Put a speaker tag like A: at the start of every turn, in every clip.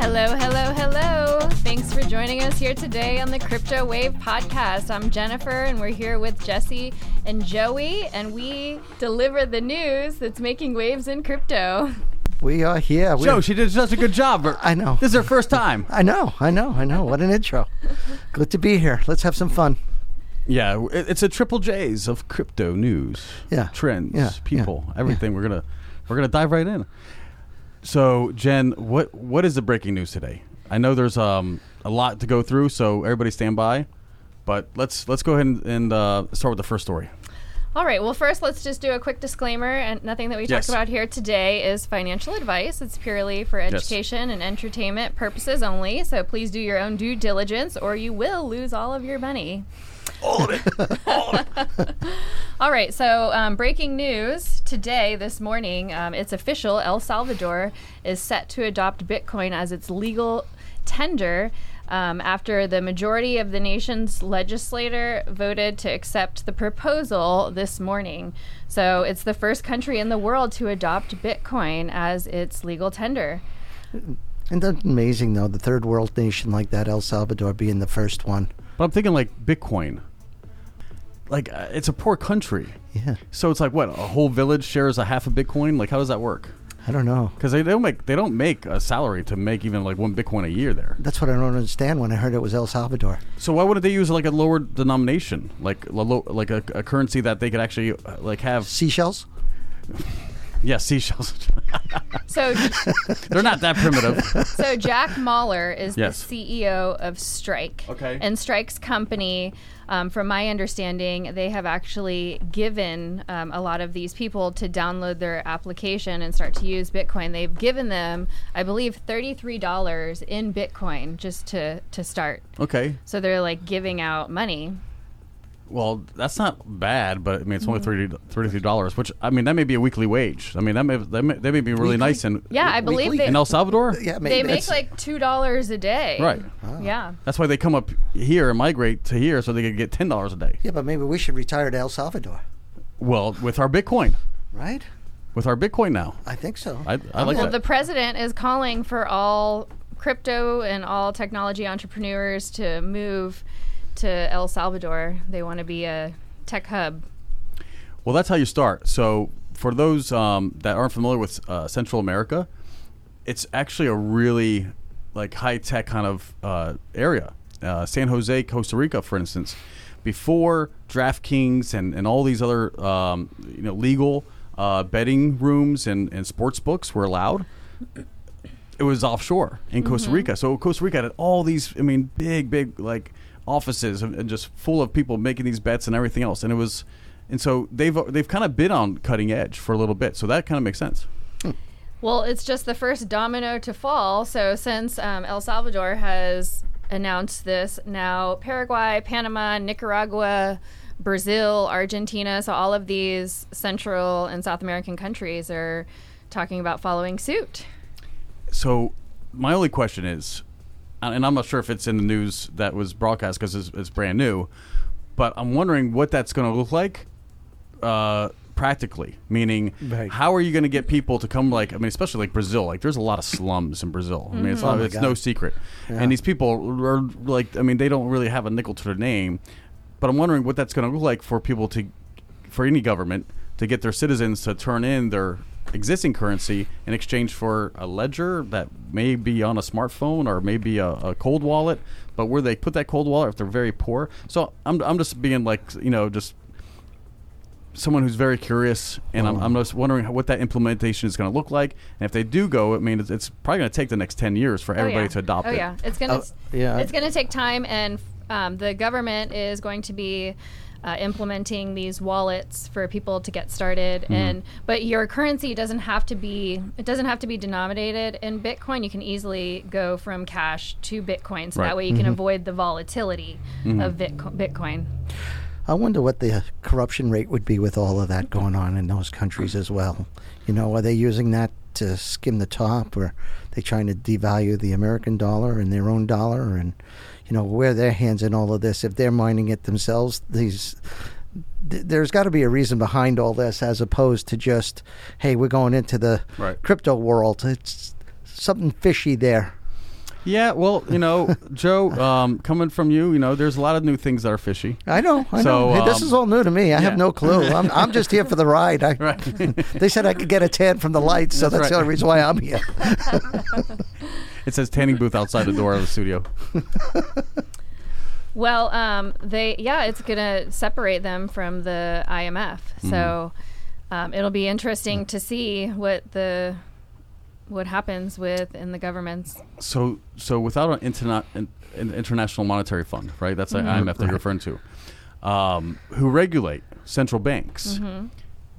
A: Hello, hello, hello. Thanks for joining us here today on the Crypto Wave podcast. I'm Jennifer, and we're here with Jesse and Joey, and we deliver the news that's making waves in crypto.
B: We are here. We
C: Joe,
B: are-
C: she did such a good job.
B: I know.
C: This is her first time.
B: I know, I know, I know. What an intro. Good to be here. Let's have some fun.
C: Yeah, w- it- it's a triple J's of crypto news.
B: Yeah.
C: Trends,
B: Yeah.
C: people,
B: Yeah.
C: everything. We're gonna we're gonna dive right in. So, Jen, what what is the breaking news today? I know there's um a lot to go through, so everybody stand by. But let's let's go ahead and, and uh, start with the first story.
A: All right. Well, first, let's just do a quick disclaimer. And nothing that we
C: Yes.
A: talk about here today is financial advice. It's purely for education and entertainment purposes only. So please do your own due diligence, or you will lose all of your money. All right, so um, breaking news today, this morning, um, it's official. El Salvador is set to adopt Bitcoin as its legal tender um, after the majority of the nation's legislator voted to accept the proposal this morning. So it's the first country in the world to adopt Bitcoin as its legal tender.
B: And that's amazing, though, the third world nation like that, El Salvador being the first one.
C: But I'm thinking like Bitcoin. Like uh, it's a poor country,
B: Yeah.
C: so it's like what a whole village shares a half a Bitcoin. Like how does that work?
B: I don't know.
C: Because they don't make they don't make a salary to make even like one Bitcoin a year there.
B: That's what I don't understand when I heard it was El Salvador.
C: So why wouldn't they use like a lower denomination, like a lo- like a, a currency that they could actually uh, like have?
B: Seashells?
C: Yeah, seashells.
A: So,
C: They're not that primitive.
A: so Jack Mahler is
C: Yes.
A: the CEO of Strike.
C: Okay.
A: And Strike's company, um, from my understanding, they have actually given um, a lot of these people to download their application and start to use Bitcoin. They've given them, I believe, thirty-three dollars in Bitcoin just to to start.
C: Okay.
A: So they're like giving out money.
C: Well, that's not bad, but I mean it's only thirty thirty three dollars, which I mean that may be a weekly wage. I mean that may that may, that may be really
B: Weekly?
C: nice in
A: Yeah, I believe
B: Weekly?
A: they
C: in El Salvador.
B: Yeah, maybe.
A: they make
B: It's-
A: like two dollars a day.
C: Right.
A: Yeah.
C: That's why they come up here and migrate to here so they could get ten dollars a day.
B: yeah, but maybe we should retire to El Salvador,
C: Well, with our Bitcoin,
B: right?
C: with our Bitcoin now,
B: I think so.
C: I, I like
A: Well,
C: that.
A: the president is calling for all crypto and all technology entrepreneurs to move to El Salvador. They want to be a tech hub.
C: Well, that's how you start. So, for those um, that aren't familiar with uh, Central America, it's actually a really like high tech kind of uh, area. Uh, San Jose, Costa Rica, for instance, before DraftKings and, and all these other um, you know legal uh, betting rooms and, and sports books were allowed, it was offshore in Costa Rica. So Costa Rica had all these, I mean, big, big like offices and and just full of people making these bets and everything else. And it was, and so they've they've kind of been on cutting edge for a little bit. So that kind of makes sense.
A: Well, it's just the first domino to fall. So since um, El Salvador has announced this, now Paraguay, Panama, Nicaragua, Brazil, Argentina, so all of these Central and South American countries are talking about following suit.
C: So my only question is, and and I'm not sure if it's in the news that was broadcast because it's, it's brand new, but I'm wondering what that's going to look like uh, practically. Meaning,
B: Right.
C: how are you going to get people to come? Like, I mean, especially like Brazil. Like, there's a lot of slums in Brazil. I mean, it's,
B: Oh my
C: it's no
B: God.
C: secret.
B: Yeah.
C: And these people are like, I mean, they don't really have a nickel to their name. But I'm wondering what that's going to look like for people to, for any government to get their citizens to turn in their existing currency in exchange for a ledger that may be on a smartphone or maybe a, a cold wallet. But where they put that cold wallet if they're very poor. So I'm, I'm just being like, you know, just someone who's very curious, and I'm, I'm just wondering how, what that implementation is going to look like. And if they do go, I mean, it's, it's probably going to take the next ten years for everybody
A: oh, yeah.
C: to adopt
A: oh,
C: it.
A: yeah, it's gonna
B: Oh, yeah.
A: it's gonna take time, and um, the government is going to be. Uh, implementing these wallets for people to get started
C: Mm-hmm.
A: and but your currency doesn't have to be it doesn't have to be denominated in bitcoin you can easily go from cash to bitcoin so
C: Right. Mm-hmm.
A: that way you
B: Mm-hmm.
A: can avoid the volatility of Bitco- bitcoin
B: I wonder what the corruption rate would be with all of that going on in those countries as well. You know, are they using that to skim the top, or are they trying to devalue the American dollar and their own dollar? And you know, where their hands in all of this? If they're mining it themselves, these th- there's got to be a reason behind all this, as opposed to just, hey, we're going into the
C: Right.
B: crypto world. It's something fishy there.
C: Yeah, well, you know, Joe, um, coming from you, you know, there's a lot of new things that are fishy.
B: I know. I
C: So,
B: know. Hey, this
C: um,
B: is all new to me. I
C: yeah.
B: have no clue. I'm, I'm just here for the ride. I, they said I could get a tan from the lights, so that's,
C: That's
B: the
C: right.
B: only reason why I'm here.
C: It says tanning booth outside the door of the studio.
A: Well, um, they yeah, it's gonna separate them from the IMF, so um, it'll be interesting to see what the what happens with in the governments.
C: So, so without an, interna- an, an international monetary fund, Mm-hmm. right? That's the IMF that you're referring to, um, who regulate central banks.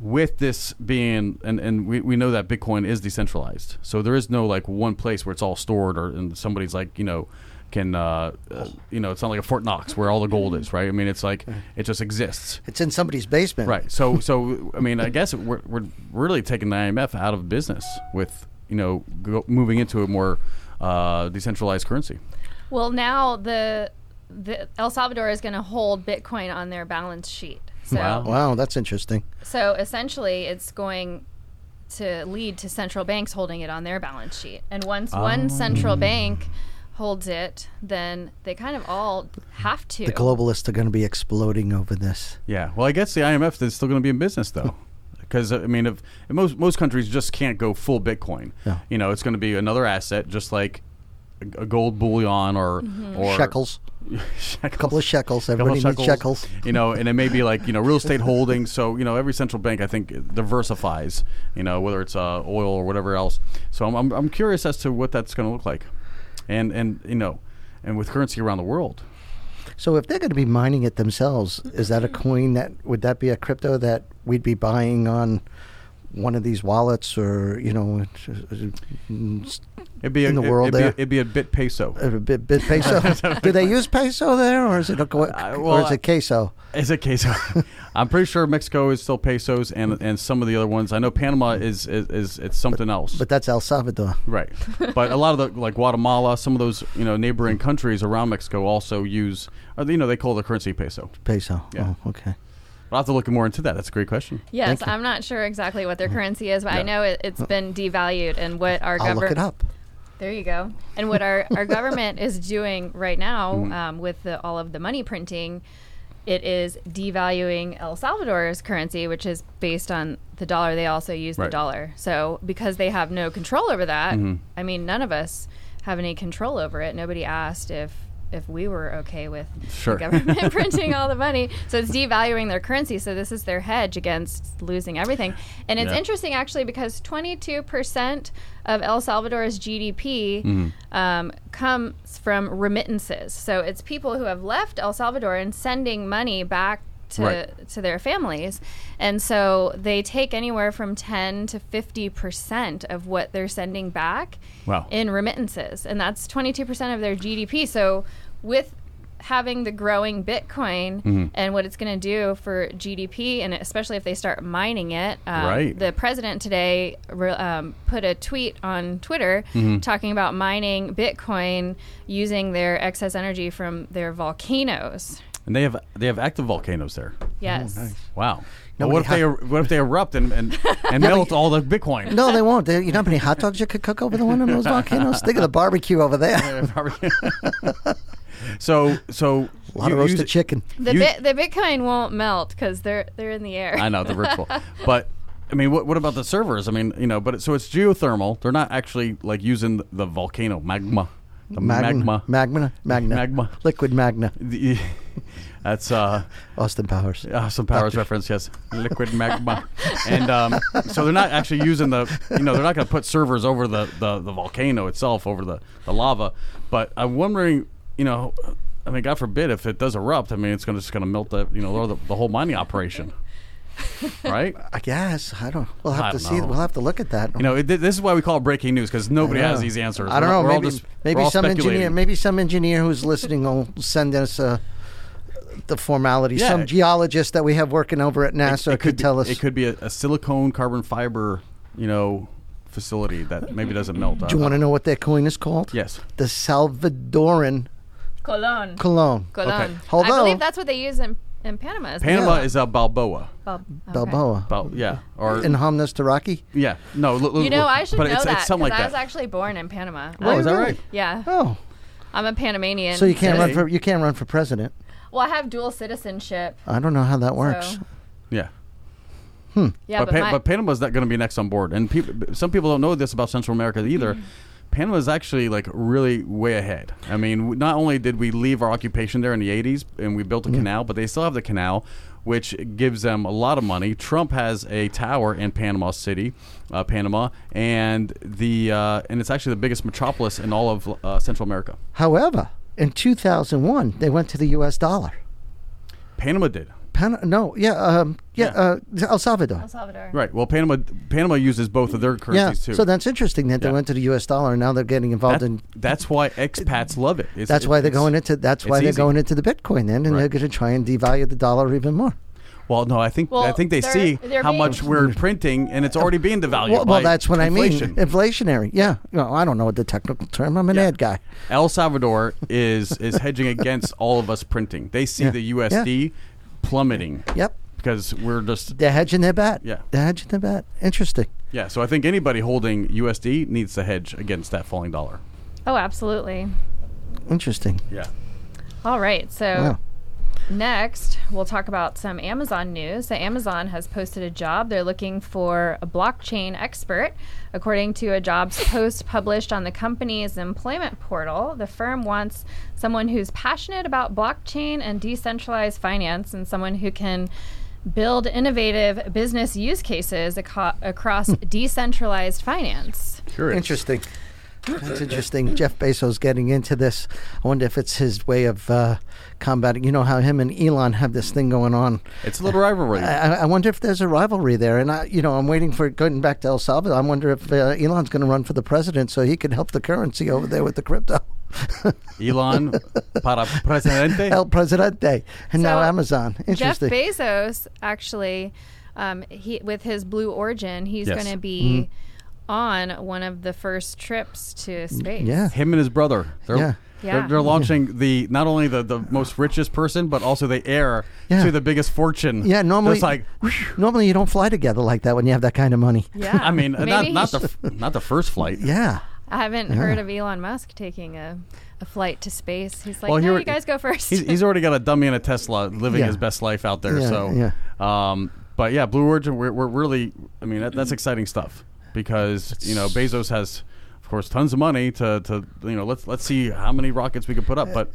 C: With this being, and, and we, we know that Bitcoin is decentralized, so there is no like one place where it's all stored, or and somebody's like you know can uh, uh, you know it's not like a Fort Knox where all the gold is, right? I mean, it's like it just exists.
B: It's in somebody's basement.
C: Right. So, so I mean, I guess we're, we're really taking the IMF out of business with you know go, moving into a more uh, decentralized currency.
A: Well, now the the El Salvador is gonna hold Bitcoin on their balance sheet. So
C: Wow.
B: Wow, that's interesting.
A: so essentially, it's going to lead to central banks holding it on their balance sheet, and once one central bank holds it, then they kind of all have to.
B: The globalists are going to be exploding over this.
C: Yeah. Well, I guess the IMF is still going to be in business though, because I mean, if and most most countries just can't go full Bitcoin.
B: Yeah.
C: You know, it's going to be another asset, just like a, a gold bullion or or
B: Shekels,
C: shekels.
B: couple of shekels.
C: couple
B: Everybody
C: of
B: needs shekels.
C: You know, and it may be like you know real estate holdings. So you know, every central bank I think diversifies. You know, whether it's uh, oil or whatever else. So I'm, I'm I'm curious as to what that's going to look like, and and you know, and with currency around the world.
B: So if they're going to be mining it themselves, is that a coin that would that be a crypto that we'd be buying on one of these wallets or you know uh,
C: It'd be
B: In
C: a,
B: the world Uh,
C: it'd, be,
B: there.
C: it'd be a bit peso.
B: a bit, bit peso? Do they use peso there, or is it a, co-
C: I-
B: or
C: Uh, well,
B: is it queso?
C: Is it queso? I'm pretty sure Mexico is still pesos, and and some of the other ones. I know Panama is is, is it's something else.
B: But that's El Salvador.
C: Right, but a lot of the like Guatemala, some of those you know neighboring countries around Mexico also use, uh, you know, they call the currency peso.
B: Peso.
C: Yeah.
B: Oh, okay.
C: I'll have to look more into that. That's a great question.
A: Yes, I'm not sure exactly what their currency is, but I
C: Yeah.
A: know it, it's been devalued and what our
B: Mm-hmm. I'll look it
A: government.
B: up.
A: There you go. And what our, our government is doing right now
B: Mm-hmm.
A: um, with the, all of the money printing, it is devaluing El Salvador's currency, which is based on the dollar. They also use the
C: Right.
A: dollar. So because they have no control over that,
B: Mm-hmm.
A: I mean, none of us have any control over it. Nobody asked if. If we were okay with
C: Sure.
A: the government printing all the money, so it's devaluing their currency. So this is their hedge against losing everything. And it's
C: Yeah.
A: interesting actually because 22% of El Salvador's GDP
C: Mm-hmm.
A: um, comes from remittances. So it's people who have left El Salvador and sending money back to
C: Right.
A: to their families. And so they take anywhere from 10 to 50% of what they're sending back
C: Wow.
A: in remittances. And that's 22% of their GDP. So with having the growing Bitcoin
C: Mm-hmm.
A: and what it's going to do for GDP, and especially if they start mining it, um,
C: Right.
A: the president today re- um, put a tweet on Twitter
C: Mm-hmm.
A: talking about mining Bitcoin using their excess energy from their volcanoes.
C: And they have they have active volcanoes there.
A: Yes.
C: Wow.
B: No,
C: Well, what
B: we
C: if they
B: have-
C: er- what if they erupt and and, and melt all the Bitcoin?
B: No, they won't. They, you know how many hot dogs you could cook over the one of those volcanoes? Think of the barbecue over there.
C: so so
B: A lot
C: you
B: of roasted
C: use-
B: chicken.
A: The,
C: You-
A: bit, the Bitcoin won't melt because they're they're in the air.
C: I know the ritual, but I mean, what what about the servers? I mean, you know, but it, so it's geothermal. They're not actually like using the, the volcano magma, the magma,
B: Magna, magna, magna,
C: Magma.
B: liquid magna.
C: The- that's uh,
B: Austin Powers.
C: uh, some powers reference, yes, liquid magma, and um, so they're not actually using the, you know, they're not going to put servers over the, the the volcano itself, over the the lava. But I'm wondering, you know, I mean, God forbid if it does erupt, I mean, it's going to just going to melt the, you know, lower the, the whole mining operation, right?
B: I guess I don't. We'll have
C: I
B: to
C: don't
B: see.
C: know.
B: We'll have to look at that.
C: You know, it, this is why we call it breaking news because nobody has these answers.
B: I don't
C: We're-
B: know.
C: we're all
B: Maybe,
C: just- we're
B: maybe
C: all
B: some engineer.
C: speculating.
B: Maybe some engineer who's listening will send us uh, the formality.
C: Yeah.
B: Some geologist that we have working over at NASA could,
C: be,
B: tell us.
C: It could be a, a silicone carbon fiber, you know, facility that maybe doesn't melt.
B: Do you want to know what that coin is called?
C: Yes.
B: The Salvadoran
A: Colon.
B: cologne.
A: Colon.
C: Okay.
A: I
B: Although-
A: believe that's what they use in And Panama is
C: Panama
B: Yeah.
C: is a Balboa.
A: Bal- okay.
B: Balboa.
C: Bal- yeah. Or
B: In Hamness to Rocky?
C: yeah. No. L-
A: You know, I should
C: but
A: know
C: it's,
A: that
C: It's something
A: 'cause
C: like
A: I was
C: that.
A: actually born in Panama.
C: oh, is that
B: Really?
C: right?
A: Yeah,
B: Oh.
A: I'm a Panamanian.
B: So you can't run
C: Hey.
B: for you can't run for president.
A: Well, I have dual citizenship.
B: I don't know how that works.
A: So-
C: Yeah.
A: Yeah,
C: but,
A: but,
C: pa-
A: my,
C: but Panama's not going to be next on board, and peop some people don't know this about Central America either.
A: Mm-hmm.
C: Panama is actually like really way ahead. I mean, w- not only did we leave our occupation there in the '80s and we built a canal, but they still have the canal, which gives them a lot of money. Trump has a tower in Panama City, uh, Panama, and the uh, and it's actually the biggest metropolis in all of uh, Central America.
B: However, in 2001, they went to the U.S. dollar.
C: Panama did.
B: Pan- no, yeah, um, yeah, Uh,
C: Yeah.
B: El Salvador.
A: El Salvador.
C: Right. Well, Panama Panama uses both of their
B: Yeah,
C: currencies too.
B: so that's interesting that they
C: Yeah.
B: went to the U.S. dollar, and now they're getting involved
C: That-
B: in.
C: that's why expats love it. It's-
B: That's
C: it-
B: why they're
C: it's-
B: going into. That's why
C: it's
B: they're
C: easy.
B: going into the Bitcoin then, and they're
C: Right.
B: going to try and devalue the dollar even more.
C: Well, no, I think I
A: Well,
C: think they
A: they're-
C: see
A: they're
C: how
A: being-
C: much we're printing, and it's already being devalued.
B: Well,
C: by
B: well, that's what
C: Oh, inflation.
B: I mean. Inflationary. Yeah. No, I don't know the technical term. I'm an
C: Yeah.
B: ad guy.
C: El Salvador is is hedging against all of us printing. They see
B: Yeah.
C: the USD plummeting.
B: Yep.
C: Because we're just
B: They're hedging their bet.
C: Yeah.
B: They're hedging their bet. Interesting.
C: yeah. So I think anybody holding USD needs to hedge against that falling dollar.
A: Oh, absolutely.
B: Interesting.
C: Yeah.
A: All right. So
B: Wow.
A: next, we'll talk about some Amazon news. So Amazon has posted a job. They're looking for a blockchain expert. According to a jobs post published on the company's employment portal, the firm wants someone who's passionate about blockchain and decentralized finance and someone who can build innovative business use cases aco- across decentralized finance.
C: Curious.
B: Interesting. That's interesting. Jeff Bezos getting into this. I wonder if it's his way of uh, combating. You know how him and Elon have this thing going on.
C: It's a little rivalry.
B: I, I- I wonder if there's a rivalry there. And I, you know, I'm waiting for going back to El Salvador. I wonder if uh, Elon's going to run for the president so he could help the currency over there with the crypto.
C: Elon para presidente.
B: El Presidente, and now
A: So,
B: Amazon.
A: Jeff
B: Interesting.
A: Bezos actually, um, he with his Blue Origin, he's
C: Yes.
A: going to be on one of the first trips to space.
B: Mm-hmm. Mm, yeah.
C: Him and his brother. They're,
B: Yeah.
A: Yeah.
C: They're, they're launching the not only the, the most richest person, but also the heir
B: Yeah.
C: to the biggest fortune.
B: yeah, normally,
C: Just like,
B: normally you don't fly together like that when you have that kind of money.
A: Yeah.
C: I mean, uh,
A: Maybe
C: not
A: he
C: not
A: sh-
C: the f- not the first flight.
B: Yeah.
A: I haven't heard of Elon Musk taking a, a flight to space. He's like,
C: Well, he
A: no,
C: alre-
A: you guys go first.
C: He's, he's already got a dummy and a Tesla, living
B: Yeah.
C: his best life out there.
B: Yeah,
C: so, um, but yeah, Blue Origin, we're, we're really, I mean, that, that's exciting stuff because you know Bezos has, of course, tons of money to, to you know let's let's see how many rockets we can put up, but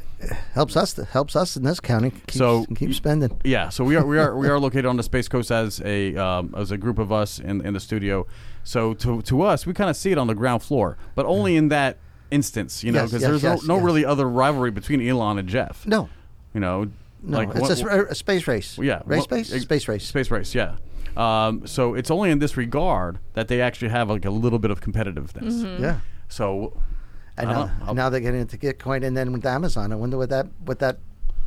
B: Helps us. Helps us in this county. Keeps,
C: So-
B: keep spending.
C: Yeah, so we are we are we are located on the space coast as a um, as a group of us in in the studio. So to to us, we kind of see it on the ground floor, but only in that instance, you know,
B: Yes,
C: because
B: yes,
C: there's
B: yes,
C: no, no
B: yes.
C: really other rivalry between Elon and Jeff.
B: No,
C: you know,
B: no,
C: like
B: it's
C: what-
B: a, sp- a space race.
C: yeah,
B: race
C: well,
B: space,
C: ex-
B: space race.
C: space race. Yeah. Um, so it's only in this regard that they actually have like a little bit of competitiveness.
A: Mm-hmm.
B: Yeah,
C: So
B: and
C: I
B: now,
C: don't- I'll-
B: now they're getting into Bitcoin, and then with Amazon, I wonder what that, what that,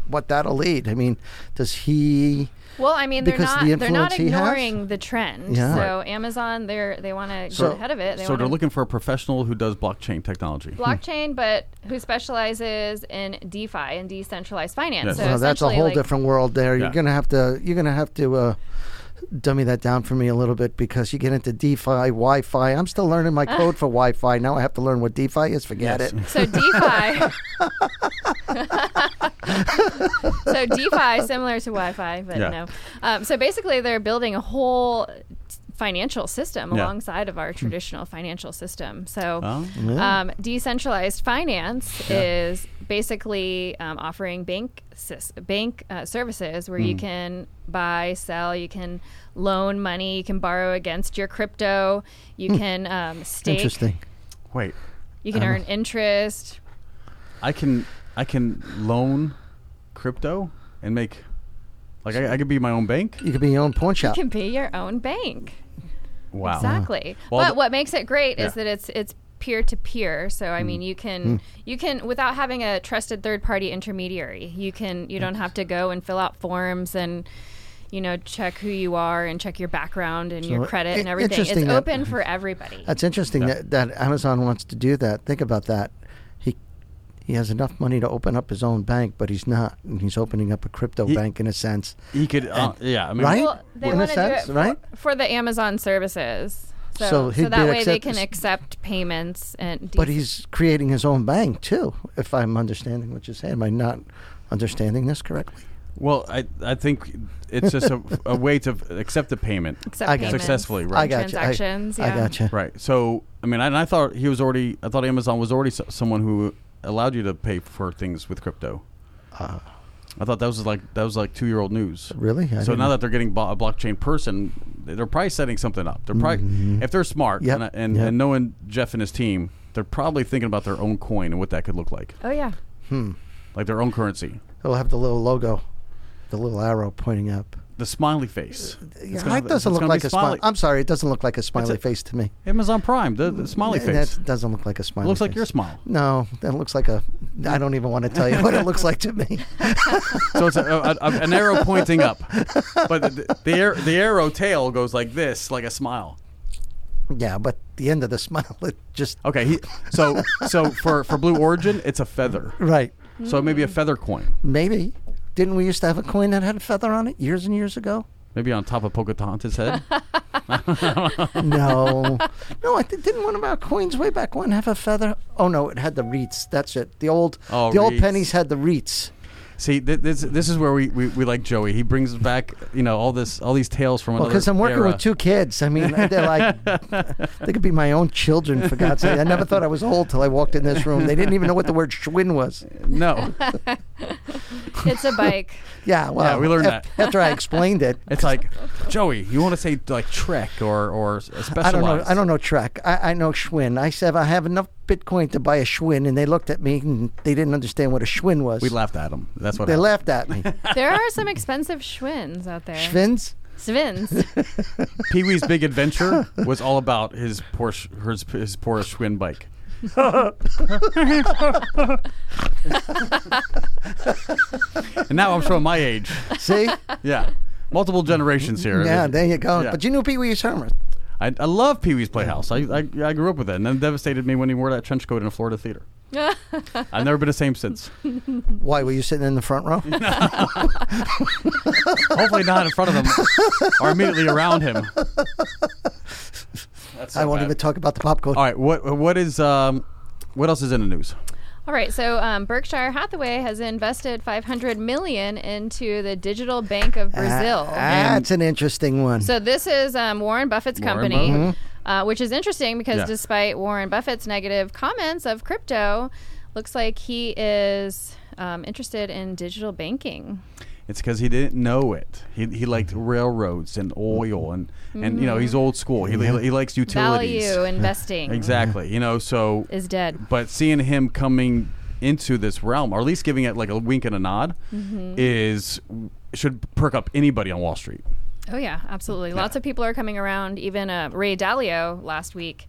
B: what that'll lead. I mean, does he?
A: well, I mean, they're
B: because
A: not
B: the
A: they're not
B: influence he has?
A: ignoring the trend.
B: Yeah.
A: So Amazon, they're they want to
B: So-
A: get ahead of it. They
C: so they're
A: wanna-
C: looking for a professional who does blockchain technology.
A: blockchain, but who specializes in DeFi and decentralized finance.
C: Yes.
A: So
B: Well, that's a
A: essentially,
B: whole
A: like,
B: different world. There, you're
C: Yeah.
B: gonna have to, you're gonna have to. Uh, Dummy that down for me a little bit because you get into DeFi, Wi-Fi. I'm still learning my code for Wi-Fi. Now I have to learn what DeFi is. Forget
C: Yes.
B: it.
A: So DeFi. so DeFi, similar to Wi-Fi, but
C: Yeah.
A: no. Um, so basically, they're building a whole financial system
C: Yeah. Hmm.
A: alongside of our traditional financial system. So.
C: Oh.
A: Um, decentralized finance is basically um, offering bank sys- bank uh, services where
C: Hmm.
A: you can buy, sell, you can loan money, you can borrow against your crypto,
C: Hmm.
A: you can um, stake,
B: Interesting.
C: Wait,
A: you can earn interest.
C: I can I can loan crypto and make like I, I could be my own bank.
B: You could be your own pawn shop.
A: It can be your own bank.
C: Wow.
A: Exactly.
C: Well,
A: but
C: the-
A: what makes it great is
C: Yeah.
A: that it's it's peer to peer. So
B: Hmm.
A: I mean, you can you can without having a trusted third party intermediary, you can you don't have to go and fill out forms and you know check who you are and check your background and your
B: So,
A: credit
B: i-
A: and everything. It's
B: interesting that-
A: open for everybody.
B: That's interesting that, that Amazon wants to do that. Think about that. He He has enough money to open up his own bank, but he's not. And he's opening up a crypto
C: He-
B: bank in a sense.
C: He could, uh, yeah. I mean,
B: Right?
A: Well, they
B: In a
A: want to do it
B: sense,
A: for,
B: right?
A: for the Amazon services. So,
B: So
A: so,
B: he'd be
A: that way they
B: accept-
A: can accept payments and.
B: But
A: de-
B: he's creating his own bank too. If I'm understanding what you're saying, am I not understanding this correctly?
C: Well, I I think it's just a, a way to accept the payment.
A: accept
B: I got you.
A: payments,
C: Successfully,
A: and
C: right.
B: I got
A: transactions.
B: you. I,
A: yeah.
B: I got you.
C: Right. So, I mean, I, and I thought he was already. I thought Amazon was already so, someone who allowed you to pay for things with crypto.
B: Uh,
C: I thought that was like that was like two year old news.
B: really? I
C: so
B: didn't-
C: now that they're getting blo- a blockchain person, they're probably setting something up. They're probably
B: Mhm.
C: if they're smart
B: Yep.
C: and I- and,
B: Yep.
C: and knowing Jeff and his team, they're probably thinking about their own coin and what that could look like,
A: Oh yeah.
B: hmm.
C: like their own currency.
B: it'll have the little logo, the little arrow pointing up.
C: The smiley face. It's
B: Yeah,
C: gonna-
B: it doesn't
C: it's
B: look
C: gonna be
B: like a smiley.
C: smiley-
B: I'm sorry, it doesn't look like a smiley
C: a-
B: face to me.
C: Amazon Prime. The, the smiley
B: Th-
C: face.
B: That doesn't look like a smiley.
C: looks like
B: face.
C: your smile.
B: No, that looks like a. I don't even want to tell you what it looks like to me.
C: So it's a, a, a, an arrow pointing up, but the the, ar- the arrow tail goes like this, like a smile.
B: Yeah, but the end of the smile, it just
C: Okay, he, so so for for Blue Origin, it's a feather.
B: right.
C: So maybe a feather coin,
B: Maybe didn't we used to have a coin that had a feather on it years and years ago?
C: maybe on top of Pocahontas' head.
B: No, no, I think didn't one of our coins way back when have a feather? Oh no, it had the wreaths. That's it. The old
C: Oh,
B: the old
C: wreaths.
B: pennies had the wreaths.
C: See, th- this this is where we, we, we like Joey. He brings back you know all this all these tales from
B: Well,
C: another
B: because I'm working
C: era.
B: with two kids. I mean, they're like, they could be my own children, for God's sake. I never thought I was old till I walked in this room. They didn't even know what the word Schwinn was.
C: No,
A: It's a bike.
B: Yeah, well,
C: we learned
B: af- After I explained it,
C: it's like Joey. You want to say like Trek or or specialized?
B: I don't know. I don't know Trek. I, I know Schwinn. I said I have enough Bitcoin to buy a Schwinn, and they looked at me and they didn't understand what a Schwinn was.
C: We laughed at him. That's what
B: They
C: happened.
B: laughed at me.
A: there are some expensive Schwinn's out there.
B: Schwinns.
A: Svins.
C: Pee Wee's Big Adventure was all about his Porsche, his, his Porsche Schwinn bike. and now I'm showing my age.
B: See?
C: Yeah, multiple generations here.
B: yeah, there you go.
C: Yeah.
B: But you knew Pee Wee's Herman.
C: I, I love Pee Wee's Playhouse. I, I I grew up with it, and then devastated me when he wore that trench coat in a Florida theater. I've never been the same since.
B: Why were you sitting in the front row?
C: Hopefully, not in front of him or immediately around him. That's so
B: I won't
C: bad.
B: even talk about the popcorn.
C: All right, what what is um, what else is in the news?
A: All right, so um, Berkshire Hathaway has invested 500 million into the Digital Bank of Brazil.
B: Ah, That's an interesting one.
A: So this is um, Warren Buffett's
C: Warren
A: company,
C: Buffett.
B: Mm-hmm.
A: uh, which is interesting because
C: Yeah.
A: despite Warren Buffett's negative comments of crypto, looks like he is um, interested in digital banking.
C: It's because he didn't know it. He, he liked railroads and oil and, and you know
B: Mm.
C: he's old school. He, he, he likes utilities.
A: Value investing
C: Exactly. You know so.
A: is dead.
C: But seeing him coming into this realm, or at least giving it like a wink and a nod,
A: Mm-hmm.
C: is should perk up anybody on Wall Street.
A: Oh yeah, absolutely. Lots of people are coming around. Even uh, Ray Dalio last week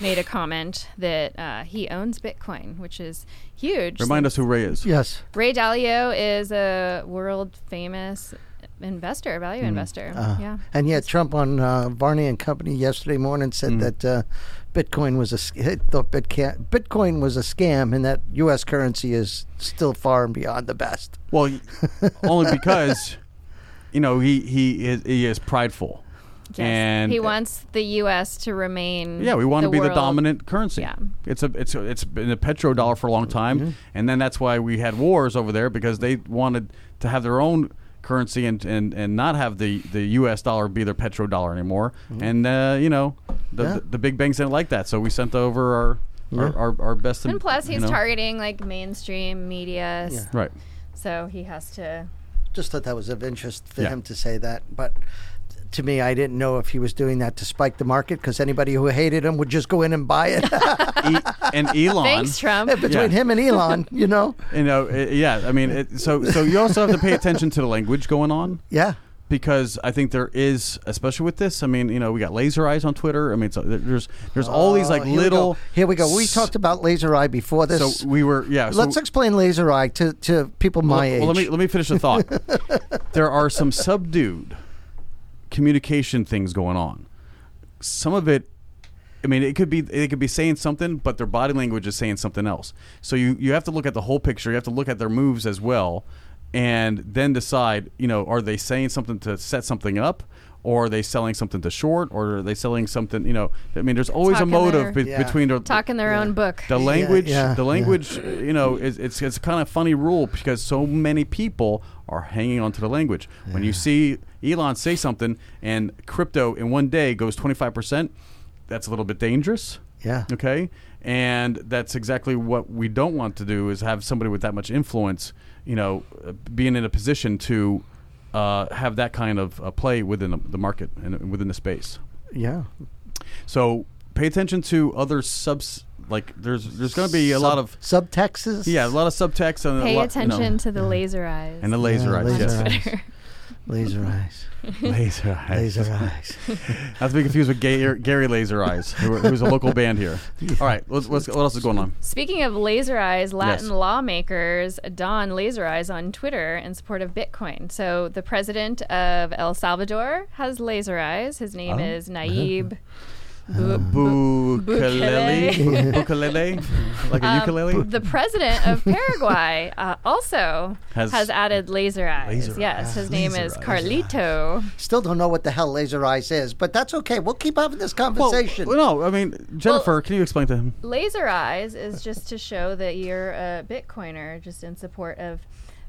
A: made a comment that uh, he owns Bitcoin, which is huge.
C: Remind us who Ray is.
B: yes.
A: Ray Dalio is a world famous investor, value
C: Mm-hmm.
A: investor.
B: Uh-huh.
A: yeah.
B: And yet, Trump on uh, Varney and Company yesterday morning said
C: Mm.
B: that uh, Bitcoin was a sc- he thought Bitca- Bitcoin was a scam, and that U.S. currency is still far and beyond the best.
C: Well, y- only because you know he he is, he is prideful.
A: Yes.
C: And
A: he wants the U.S. to remain.
C: Yeah, we want to be the
A: world-
C: dominant currency.
A: Yeah.
C: It's a it's a, it's been a petrodollar for a long time, and then that's why we had wars over there because they wanted to have their own currency and and, and not have the, the U.S. dollar be their petrodollar anymore. And uh, you know, the,
B: Yeah.
C: the big banks didn't like that, so we sent over our our, our, our best.
A: And plus,
C: you
A: he's
C: know.
A: targeting like mainstream media, s-
B: Yeah.
C: Right.
A: so he has to.
B: Just thought that was of interest for
C: Yeah.
B: him to say that, but. t- To me, I didn't know if he was doing that to spike the market because anybody who hated him would just go in and buy it.
C: E- and Elon.
A: Thanks, Trump.
B: Between him and Elon, you know,
C: You know, it, yeah. I mean, it, so so you also have to pay attention to the language going on.
B: yeah,
C: because I think there is, especially with this. I mean, you know, we got laser eyes on Twitter. I mean, so there- there's there's all these like
B: Oh, here we go.
C: little.
B: Here we go. We
C: s-
B: talked about laser eye before this.
C: So we were yeah. so-
B: Let's explain laser eye to, to people my
C: well,
B: age.
C: well, let me let me finish the thought. there are some subdued communication things going on. Some of it I mean, it could be they could be saying something, but their body language is saying something else. So you you have to look at the whole picture. You have to look at their moves as well, and then decide. You know, are they saying something to set something up, or are they selling something to short, or are they selling something? You know, I mean, there's always
A: Talking
C: a motive
A: their-
C: be-
B: Yeah.
C: between the,
A: Talking their own book.
C: the language,
B: yeah,
C: the
B: yeah.
C: language, uh, you know, is, it's it's kind of funny rule because so many people are hanging on to the language. When you see Elon say something and crypto in one day goes twenty five percent, that's a little bit dangerous.
B: Yeah.
C: Okay. And that's exactly what we don't want to do is have somebody with that much influence, you know, uh, being in a position to uh, have that kind of uh, play within the, the market and uh, within the space.
B: Yeah.
C: So pay attention to other subs. Like there's there's going to be a lot of
B: subtexts.
C: yeah, a lot of subtext and
A: Pay
C: a lot,
A: attention
C: you know,
A: to the laser eyes.
C: and the laser
B: Yeah,
C: eyes.
B: laser
C: yes.
B: eyes. Laser eyes.
C: laser eyes.
B: Laser eyes.
C: Not to be confused with Gary, Gary Laser Eyes, who, who's a local band here. All right, let's, let's, what else is going on?
A: Speaking of laser eyes, Latin lawmakers don laser eyes on Twitter in support of Bitcoin. So the president of El Salvador has laser eyes. His name
C: Oh. Uh,
A: is Naib.
C: Bukulele,
A: Bukelele.
C: bukulele, like a ukulele.
A: um, the president of Paraguay uh, also
C: Has-
A: has, added laser eyes.
C: Laser
A: yes,
C: eyes.
A: his name
C: Laser
A: is
C: eyes.
A: Carlito.
B: Still don't know what the hell laser eyes is, but that's okay. We'll keep having this conversation.
C: Well, no, I mean Jennifer, can you explain to him?
A: Laser eyes is just to show that you're a Bitcoiner, just in support of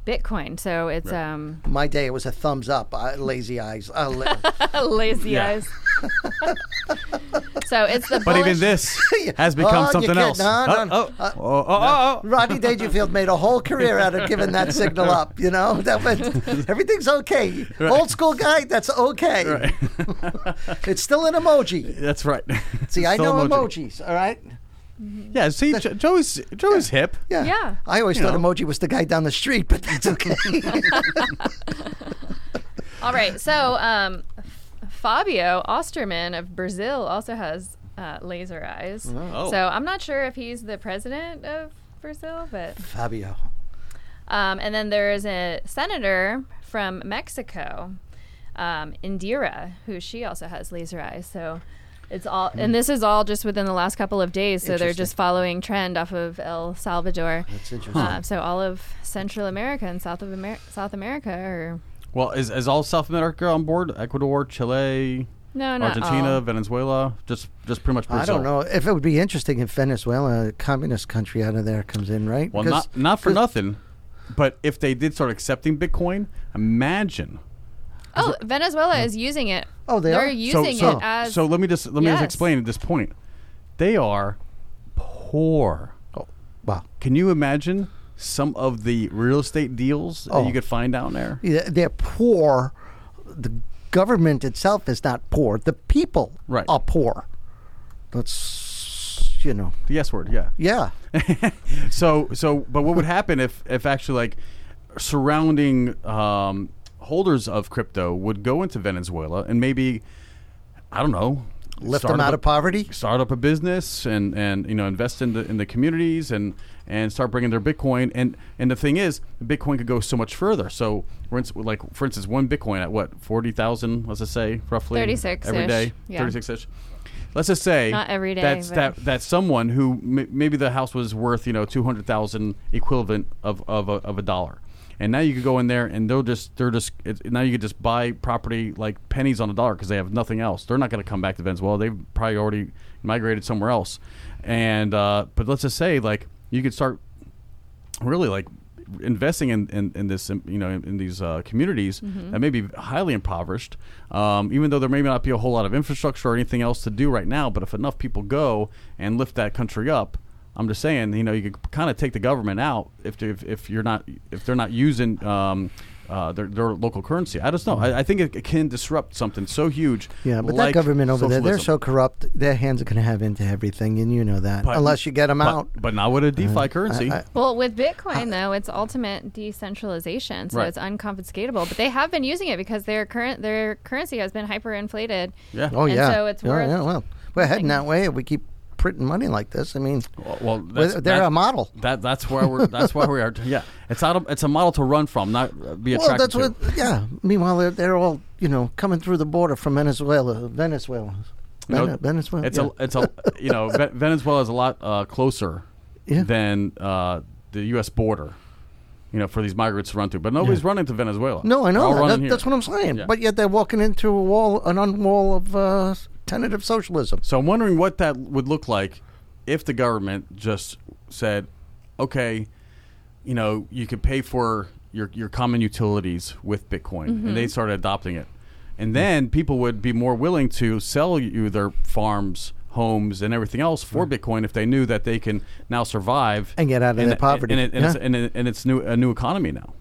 A: Bitcoin. So it's um,
B: My day it was a thumbs up. Uh, lazy eyes. Uh, la-
A: lazy
C: Yeah.
A: eyes. so it's the
C: But even
A: bullish-
C: this has become
B: Oh, you
C: something
B: can't-
C: else.
B: no, no,
C: oh, oh, oh, oh, oh.
B: Rodney Dangerfield made a whole career out of giving that signal up. You know, that went, everything's okay. Old school guy, that's okay. it's still an emoji.
C: That's right.
B: See, I
C: Still
B: know
C: emoji.
B: emojis. All right.
C: Yeah, see, Jo- Joey's Joey's hip.
B: Yeah.
A: Yeah.
B: I always
C: You
B: thought
C: know.
B: emoji was the guy down the street, but that's okay.
A: All right. So um, F- Fabio Osterman of Brazil also has uh, laser eyes.
C: Oh.
A: So I'm not sure if he's the president of Brazil, but
B: Fabio.
A: um, and then there is a senator from Mexico, um, Indira, who she also has laser eyes. So. It's all, and this is all just within the last couple of days. So they're
B: Interesting.
A: just following trend off of El Salvador.
B: That's interesting.
A: Uh, so all of Central America and South of Amer- South America, or
C: Well, is, is all South America on board? Ecuador, Chile,
A: no, not
C: Argentina,
A: all.
C: Venezuela, just just pretty much Brazil.
B: I don't know if it would be interesting if Venezuela, a communist country out of there, comes in, right?
C: Well,
B: Because-
C: not not for
B: 'cause-
C: nothing, but if they did start accepting Bitcoin, imagine.
A: Oh, Venezuela is using it.
B: Oh, they
A: They're
B: are?
C: So
A: using
C: so,
A: it as
C: so let me just let me just
A: Yes.
C: explain at this point. They are poor.
B: Wow.
C: Can you imagine some of the real estate deals that you
B: Oh.
C: could find down there?
B: Yeah, They're poor. The government itself is not poor. The people
C: Right.
B: are poor. That's, you know,
C: The S word, yeah.
B: yeah.
C: so so but what would happen if if actually like surrounding um, holders of crypto would go into Venezuela and maybe I don't know
B: Lift
C: start
B: them
C: up
B: out
C: a-
B: of poverty.
C: start up a business and and you know invest in the in the communities and and start bringing their bitcoin and and the thing is bitcoin could go so much further so for instance, like for instance one bitcoin at what 40,000 let's just say roughly
A: 36
C: every
A: ish,
C: day
A: yeah.
C: 36 ish let's just say
A: Not every day,
C: that's
A: but-
C: that that someone who m- maybe the house was worth you know 200,000 equivalent of of a, of a dollar and now you could go in there and they'll just they're just it, now you could just buy property like pennies on a dollar because they have nothing else they're not going to come back to venezuela they've probably already migrated somewhere else and uh, but let's just say like you could start really like investing in, in, in this um, you know in, in these uh, communities that may be highly impoverished um, even though there may not be a whole lot of infrastructure or anything else to do right now but if enough people go and lift that country up I'm just saying you know you could kind of take the government out if, they- if, if you're not if they're not using um, uh, their, their local currency I just know I, I think it, it can disrupt something so huge
B: Yeah, but that
C: like
B: government over there, they're
C: socialism.
B: so corrupt. Their hands are going to have into everything, and you know that.
C: But-
B: Unless you get them
C: but,
B: out.
C: but not with a DeFi currency
B: I- I-
A: well with Bitcoin though, it's ultimate decentralization, so
C: Right.
A: it's unconfiscatable. But they have been using it because their current their currency has been hyperinflated.
C: yeah
B: Oh,
A: And
B: yeah.
A: so it's
B: Yeah,
A: worth
B: yeah, well, we're heading
A: nothing.
B: that way if we keep printing money like this. I mean,
C: Well, well, that's,
B: they're
C: that-
B: a model.
C: That that's where we're. That's where we are. Yeah, it's not. A, it's a model to run from, not uh, be
B: Well,
C: attracted
B: that's
C: to.
B: what. Yeah. Meanwhile, they're, they're all you know coming through the border from Venezuela. Venezuela.
C: You know,
B: Vene- Venezuela.
C: It's
B: yeah.
C: a it's a you know Ve- Venezuela is a lot uh, closer
B: Yeah.
C: than uh, the U.S. border. You know, for these migrants to run to, but nobody's running to Venezuela.
B: no, I
C: They're all
B: know.
C: running
B: That,
C: here.
B: that's what I'm saying.
C: Yeah.
B: But yet they're walking into a wall, an unwall of uh, tentative socialism.
C: So I'm wondering what that would look like if the government just said, okay, you know, you could pay for your, your common utilities with Bitcoin. And
B: Mm-hmm.
C: they started adopting it. And then people would be more willing to sell you their farms, homes, and everything else for Bitcoin if they knew that they can now survive
B: And get out of
C: in
B: their
C: a-
B: poverty.
C: In, a- in, a-
B: Yeah.
C: in, a- in its new, a new economy now.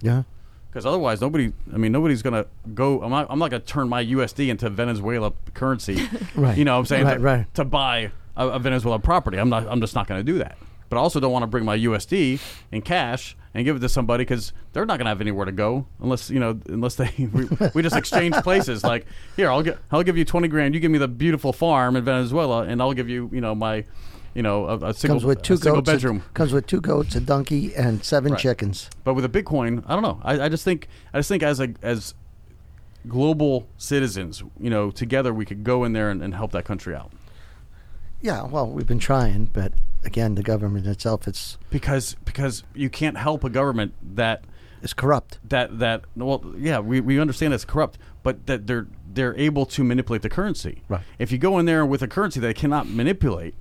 B: Yeah.
C: Because otherwise, nobody. I mean, nobody's gonna go. I'm not. I'm not gonna turn my USD into Venezuela currency.
B: Right.
C: You know, what I'm saying
B: Right,
C: to,
B: right.
C: to buy a, a Venezuelan property. I'm not. I'm just not gonna do that. But I also don't want to bring my USD in cash and give it to somebody because they're not gonna have anywhere to go unless you know unless they we, we just exchange places. Like here, I'll get. I'll give you twenty grand. You give me the beautiful farm in Venezuela, and I'll give you you know my. You know, a, a single,
B: Comes with two
C: a single
B: goats. a-
C: bedroom.
B: comes with two goats, a donkey, and seven chickens.
C: But with a Bitcoin, I don't know. I, I just think I just think as a as global citizens, you know, together we could go in there and, and help that country out.
B: Yeah. Well, we've been trying, but again, the government itself it's
C: Because because you can't help a government that
B: is corrupt.
C: that that well yeah, we, we understand it's corrupt, but that they're they're able to manipulate the currency.
B: Right.
C: If you go in there with a currency they cannot manipulate,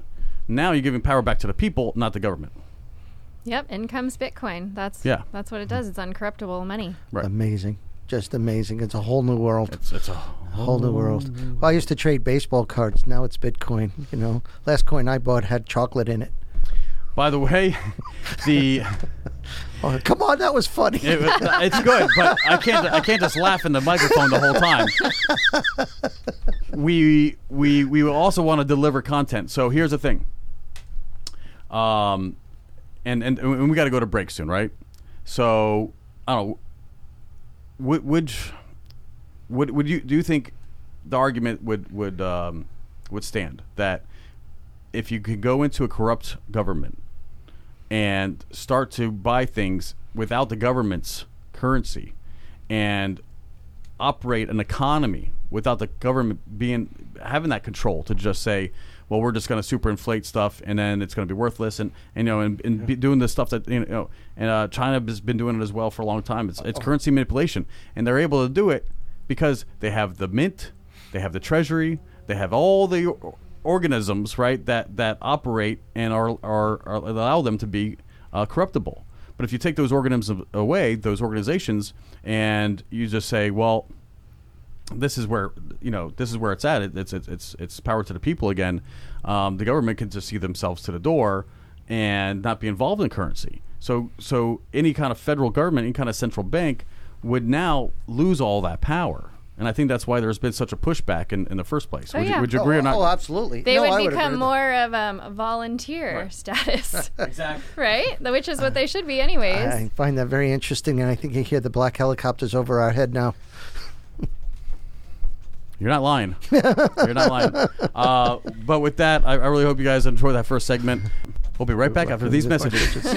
C: now you're giving power back to the people, not the government.
A: Yep, in comes Bitcoin. That's
C: Yeah.
A: that's what it does. It's uncorruptible money.
C: Right.
B: Amazing. Just amazing. It's a whole new world.
C: It's, it's a
B: whole new world. Well, I used to trade baseball cards. Now it's Bitcoin. You know, last coin I bought had chocolate in it.
C: By the way, the
B: Oh, come on, that was funny.
C: It, uh, it's good, but I can't. I can't just laugh in the microphone the whole time. We we we will also want to deliver content. So here's the thing. Um, and and, and we got to go to break soon, right? So I don't know. Would would you- would, would you do you think the argument would would um, would stand that if you could go into a corrupt government and start to buy things without the government's currency and operate an economy without the government being having that control to just say well we're just going to superinflate stuff and then it's going to be worthless and, and you know and, and be doing the stuff that you know and uh, China has been doing it as well for a long time it's, it's currency manipulation and they're able to do it because they have the mint they have the treasury they have all the or- organisms right that that operate and are, are, are allow them to be uh, corruptible but if you take those organisms away those organizations and you just say well this is where you know this is where it's at. It, it's it's it's it's power to the people again. Um, the government can just see themselves to the door and not be involved in currency. So so any kind of federal government, any kind of central bank would now lose all that power. And I think that's why there's been such a pushback in, in the first place.
A: Oh,
C: would, you,
A: yeah.
C: would you
B: oh,
C: agree or not?
B: oh, absolutely.
A: They
B: No, I
A: would
B: agree
A: become
B: with
A: more of um, volunteer status,
C: Exactly.
A: right? Th- Which is what they should be,
B: that.
A: anyways.
B: I find that very interesting, and I think you hear the black helicopters over our head now.
C: You're not lying. You're not lying. Uh, but with that, I, I really hope you guys enjoyed that first segment. We'll be right back after these messages.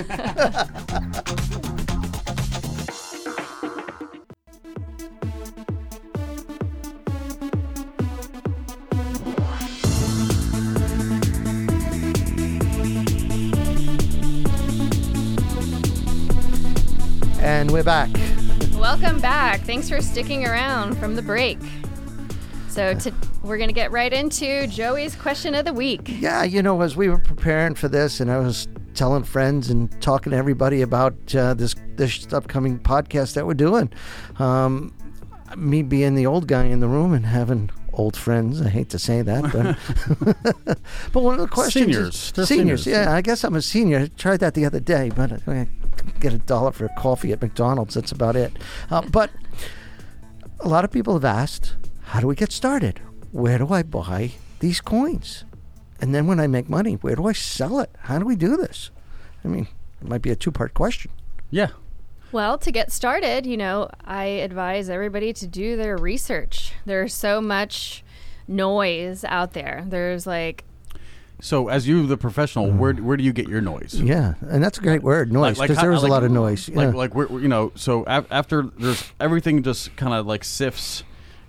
B: And we're back.
A: Welcome back. Thanks for sticking around from the break. So to, we're gonna get right into Joey's question of the week.
B: Yeah, you know, as we were preparing for this, and I was telling friends and talking to everybody about uh, this this upcoming podcast that we're doing, um, me being the old guy in the room and having old friends. I hate to say that, but but one of the questions is-
C: Seniors. They're
B: seniors.
C: seniors.
B: Yeah, I guess I'm a senior. I tried that the other day, but I get a dollar for a coffee at McDonald's. That's about it. Uh, but a lot of people have asked, how do we get started? Where do I buy these coins? And then when I make money, where do I sell it? How do we do this? I mean, it might be a two part question.
C: Yeah.
A: Well, to get started, you know, I advise everybody to do their research. There's so much noise out there. There's like
C: So, as you, the professional, where where do you get your noise?
B: Mm. Yeah, and that's a great word, noise, because
C: how-
B: there is
C: like-
B: a lot of noise.
C: Like
B: yeah.
C: like we're, we're- you know, so af- after there's everything just kind of like sifts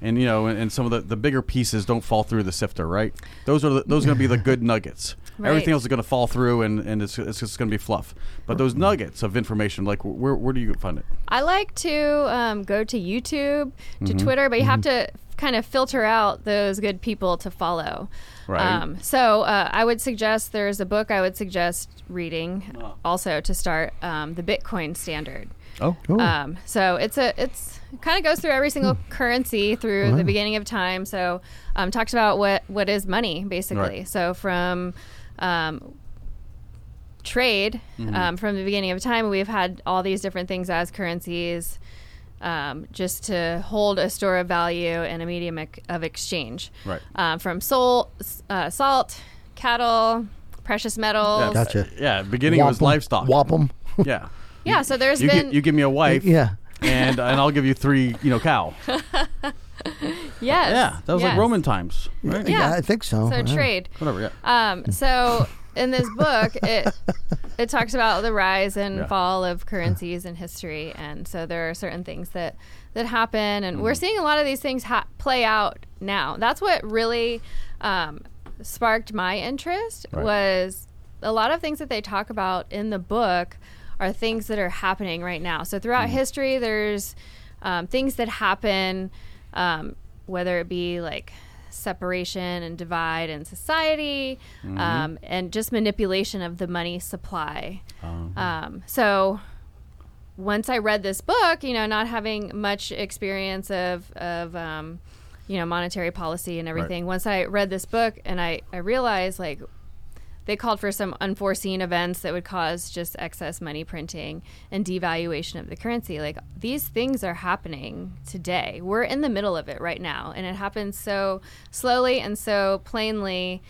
C: and you know, and, and some of the, the bigger pieces don't fall through the sifter, right? Those are the, those are going to be the good nuggets.
A: Right.
C: Everything else is going to fall through, and, and it's, it's just going to be fluff. But
B: Mm.
C: those nuggets of information, like wh- where where do you find it?
A: I like to um, go to YouTube, to Twitter, but you have to kind of filter out those good people to follow.
C: Right.
A: so uh, I would suggest there's a book I would suggest reading also to start um, the Bitcoin Standard.
C: Oh,
A: Um, so it's a it's kind of goes through every single
C: Hmm.
A: currency through the beginning of time. So um, talks about what what is money basically.
C: Right.
A: So from um, trade
C: Mm-hmm.
A: um, from the beginning of time, we've had all these different things as currencies. Um, just to hold a store of value and a medium ec- of exchange,
C: Right.
A: Um, from sol- s- uh, salt, cattle, precious metals. Yeah,
B: Gotcha.
C: yeah. Beginning was
B: Whop 'em.
C: livestock.
B: Whop 'em.
C: Yeah,
A: so there's
C: you,
A: been
C: gi- you give me a wife,
B: Yeah.
C: and and I'll give you three, you know, cow.
A: yes,
C: Yeah, that was like
A: yes.
C: Roman Oh, times, right?
A: Yeah.
B: I think so.
A: So
B: yeah.
A: trade.
C: Whatever. Yeah.
A: Um, so in this book, it it talks about the rise and
C: Yeah.
A: fall of currencies in history, and so there are certain things that that happen, and we're seeing a lot of these things ha- play out now. That's what really um, sparked my interest
C: Right.
A: was a lot of things that they talk about in the book are things that are happening right now. So throughout history, there's um, things that happen, um, whether it be like separation and divide in society, um, and just manipulation of the money supply. Um, so once I read this book, you know, not having much experience of of um, you know monetary policy and everything, once I read this book and I I realized like they called for some unforeseen events that would cause just excess money printing and devaluation of the currency. Like these things are happening today. We're in the middle of it right now, and it happens so slowly and so plainly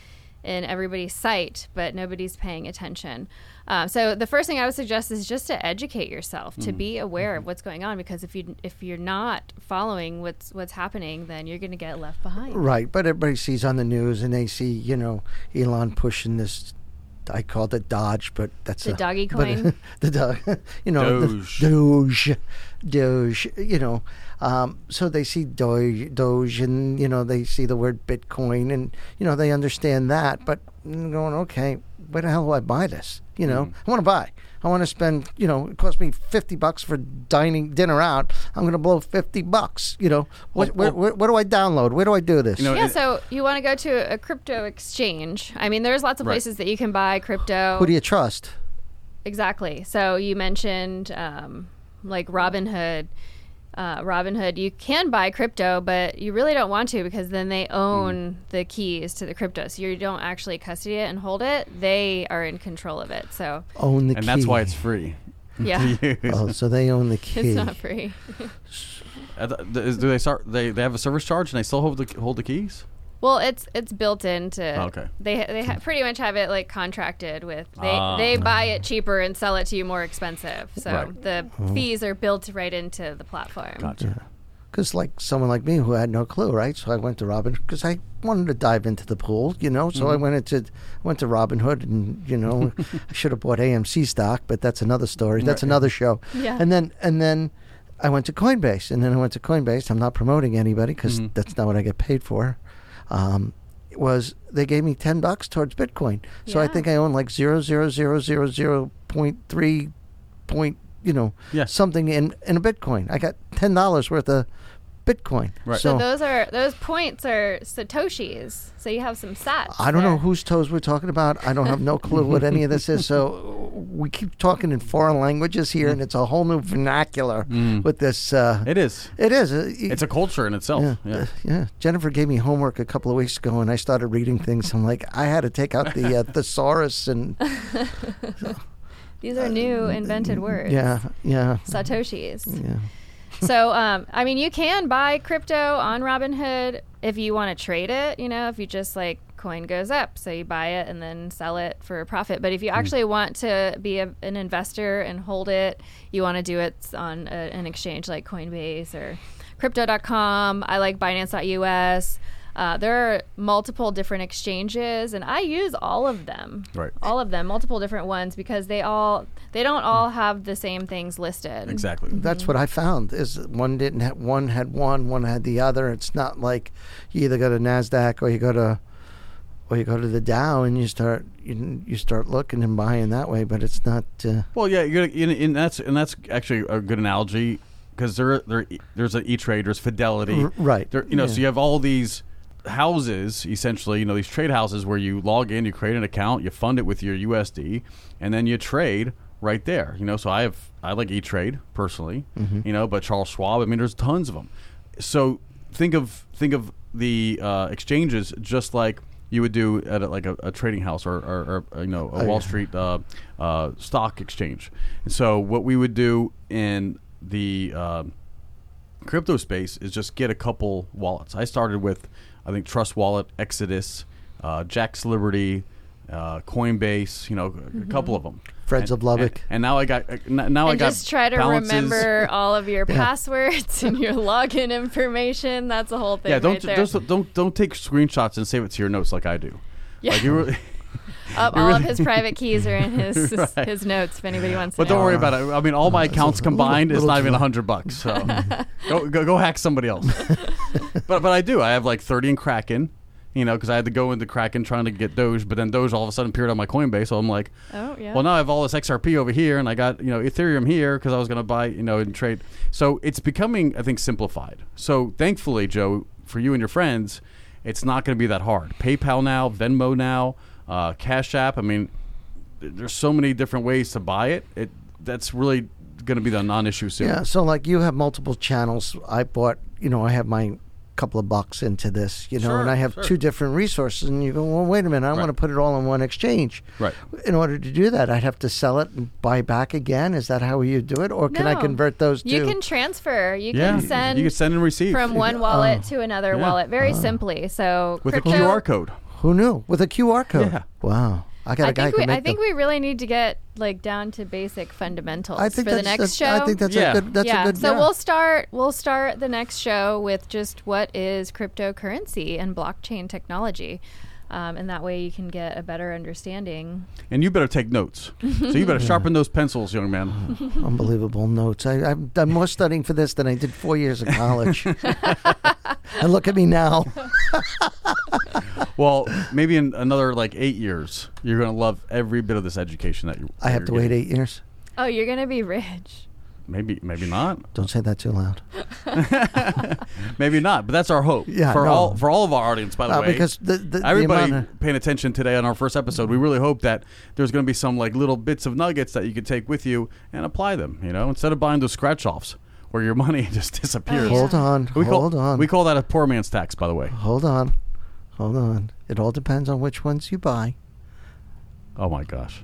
A: in everybody's sight, but nobody's paying attention. Um, so the first thing I would suggest is just to educate yourself, to be aware of what's going on, because if you if you're not following what's what's happening, then you're going to get left behind.
B: Right, but everybody sees on the news and they see, you know, Elon pushing this. I called it Dodge, but that's
A: The
B: a-
A: doggy
B: but-
A: coin?
B: the dog, you know,
C: Doge.
B: The, Doge, Doge, you know. Um, so they see Doge, Doge, and you know they see the word Bitcoin, and you know they understand that. But I'm going, okay, where the hell do I buy this? You know, I want to buy. I want to spend. You know, it cost me fifty bucks for dining dinner out. I'm going to blow fifty bucks. You know, what,
C: Well,
B: where, where, where do I download? Where do I do this?
C: You know,
A: Yeah,
C: it-
A: so you want to go to a crypto exchange. I mean, there's lots of
C: Right.
A: places that you can buy crypto.
B: Who do you trust?
A: exactly. So you mentioned um, like Robinhood. Uh, Robinhood, you can buy crypto, but you really don't want to because then they own
B: Mm.
A: the keys to the crypto. So you don't actually custody it and hold it. They are in control of it. So,
B: Own the key.
C: and that's why it's free.
A: yeah,
B: Oh, so they own the key.
A: it's not free.
C: Uh, th- th- Do they start? They they have a service charge, and they still hold the hold the keys.
A: Well, it's it's built into.
C: Oh, okay.
A: They they ha- pretty much have it like contracted with. They
C: Ah.
A: they buy it cheaper and sell it to you more expensive. So
C: Right.
A: the
B: Mm.
A: fees are built right into the platform.
C: Gotcha.
B: Because like someone like me who had no clue, right? So I went to Robin because I wanted to dive into the pool, you know. So I went into went to Robin Hood, and you know, I should have bought AMC stock, but that's another story. That's another show.
A: Yeah.
B: And then and then I went to Coinbase, and then I went to Coinbase. I'm not promoting anybody because that's not what I get paid for. Um, was they gave me ten bucks towards Bitcoin, so I
A: Yeah.
B: think I own like zero zero zero zero zero point three point you know
C: Yeah.
B: something in in a bitcoin i got ten dollars worth of bitcoin
C: Right.
A: So
B: so,
A: those are those points are satoshis. So you have some sats.
B: i don't know
A: there.
B: whose toes we're talking about i don't have no clue what any of this is so we keep talking in foreign languages here and it's a whole new vernacular with this uh
C: Mm. It is.
B: it is uh, y-
C: It's a culture in itself.
B: yeah,
C: Yeah.
B: uh, yeah. Jennifer gave me homework a couple of weeks ago, and I started reading things. I'm like, I had to take out the uh, thesaurus, and Uh,
A: These are new invented words.
B: yeah, yeah,
A: Satoshis.
B: yeah.
A: so um, I mean, you can buy crypto on Robinhood if you want to trade it. You know, if you just like coin goes up, so you buy it and then sell it for a profit. But if you
C: Hmm.
A: actually want to be a, an investor and hold it, you want to do it on a, an exchange like Coinbase or Crypto.com. I like Binance.us. Uh, there are multiple different exchanges, and I use all of them.
C: Right.
A: All of them, multiple different ones, because they all they don't all have the same things listed.
C: Exactly.
B: That's what I found is that one didn't have one had one, one had the other. It's not like you either go to Nasdaq or you go to or you go to the Dow and you start you, you start looking and buying that way, but it's not. Uh,
C: Well, yeah, you're, and, and that's and that's actually a good analogy because there, there there's an E Trade, there's Fidelity,
B: R- right,
C: There, you know,
B: yeah.
C: so you have all these houses essentially, you know, these trade houses where you log in, you create an account, you fund it with your USD, and then you trade right there. You know, so I have I like E Trade personally,
B: Mm-hmm.
C: you know, but Charles Schwab. I mean, there's tons of them. So think of think of the uh, exchanges just like. You would do at a, like a, a trading house or, or, or you know a
B: Oh, yeah.
C: Wall Street Street uh, uh, stock exchange. And so what we would do in the uh, crypto space is just get a couple wallets. I started with I think Trust Wallet, Exodus, uh, Jack's Liberty, uh, Coinbase. You know, a- a couple of them.
B: Friends of Lubbock.
C: And, and now I got uh, n- now I
A: Mm-hmm. And
C: got
A: just try to
C: balances.
A: remember all of your passwords and your login information. That's the whole thing.
C: Yeah, don't
A: right there.
C: just uh, don't don't take screenshots and save it to your notes like I do.
A: Yeah.
C: Like you were-
A: Up, all of his private keys are in his
C: Right.
A: his notes if anybody wants
C: But
A: to know.
C: don't worry about it. I mean, all my accounts
B: little-
C: combined is
B: little
C: not
B: too
C: even
B: much.
C: hundred bucks. So go, go go hack somebody else. but but I do. I have like thirty in Kraken. You know, because I had to go into Kraken trying to get Doge, but then Doge all of a sudden appeared on my Coinbase. So I'm like,
A: Oh, yeah.
C: Well, now I have all this XRP over here, and I got you know Ethereum here because I was going to buy you know and trade. So it's becoming, I think, simplified. So thankfully, Joe, for you and your friends, it's not going to be that hard. PayPal now, Venmo now, uh, Cash App. I mean, th- there's so many different ways to buy it. It that's really going to be the non-issue soon.
B: Yeah, so like you have multiple channels. I bought, you know, I have my couple of bucks into this, you know,
C: Sure,
B: and I have
C: sure.
B: two different resources. And you go, well, wait a minute, I
C: Right.
B: want to put it all in one exchange.
C: Right.
B: In order to do that, I'd have to sell it and buy back again. Is that how you do it, or can I
A: No.
B: convert those?
A: You
B: to,
A: can transfer. You
C: Yeah,
A: can send.
C: you can send and receive
A: from one wallet to another
C: Yeah. Oh.
A: wallet very simply. So
C: with
A: crypto,
C: a QR code.
B: Who knew with a QR code?
C: Yeah.
B: Wow, I got a
A: I
B: guy
A: think
B: who
A: we,
B: can make
A: I think
B: them.
A: we really need to get like down to basic fundamentals
B: I think
A: for the
B: that's,
A: next
B: that's,
A: show.
B: I think that's
C: Yeah.
B: a good. That's
A: yeah.
B: a good.
A: so we'll start we'll start the next show with just what is cryptocurrency and blockchain technology. Um, and that way you can get a better understanding.
C: And you better take notes. So you better sharpen those pencils, young man.
B: Unbelievable notes. I, I've done more studying for this than I did four years of college. and look at me now.
C: Well, maybe in another like eight years, you're going to love every bit of this education that you.
B: I have to wait eight years.
A: Oh, you're going to be rich. Oh,
C: Maybe, maybe not.
B: Don't say that too loud.
C: Maybe not. But that's our hope.
B: Yeah,
C: for
B: no.
C: all for all of our audience, by the
B: Uh,
C: way.
B: because the, the, the
C: everybody
B: amount of-
C: paying attention today on our first episode, we really hope that there's going to be some like little bits of nuggets that you can take with you and apply them. You know, instead of buying those scratch offs where your money just disappears.
A: Yeah.
B: hold on,
C: We call,
B: hold on,
C: We call that a poor man's tax, by the way.
B: hold on, hold on. It all depends on which ones you buy.
C: Oh my gosh.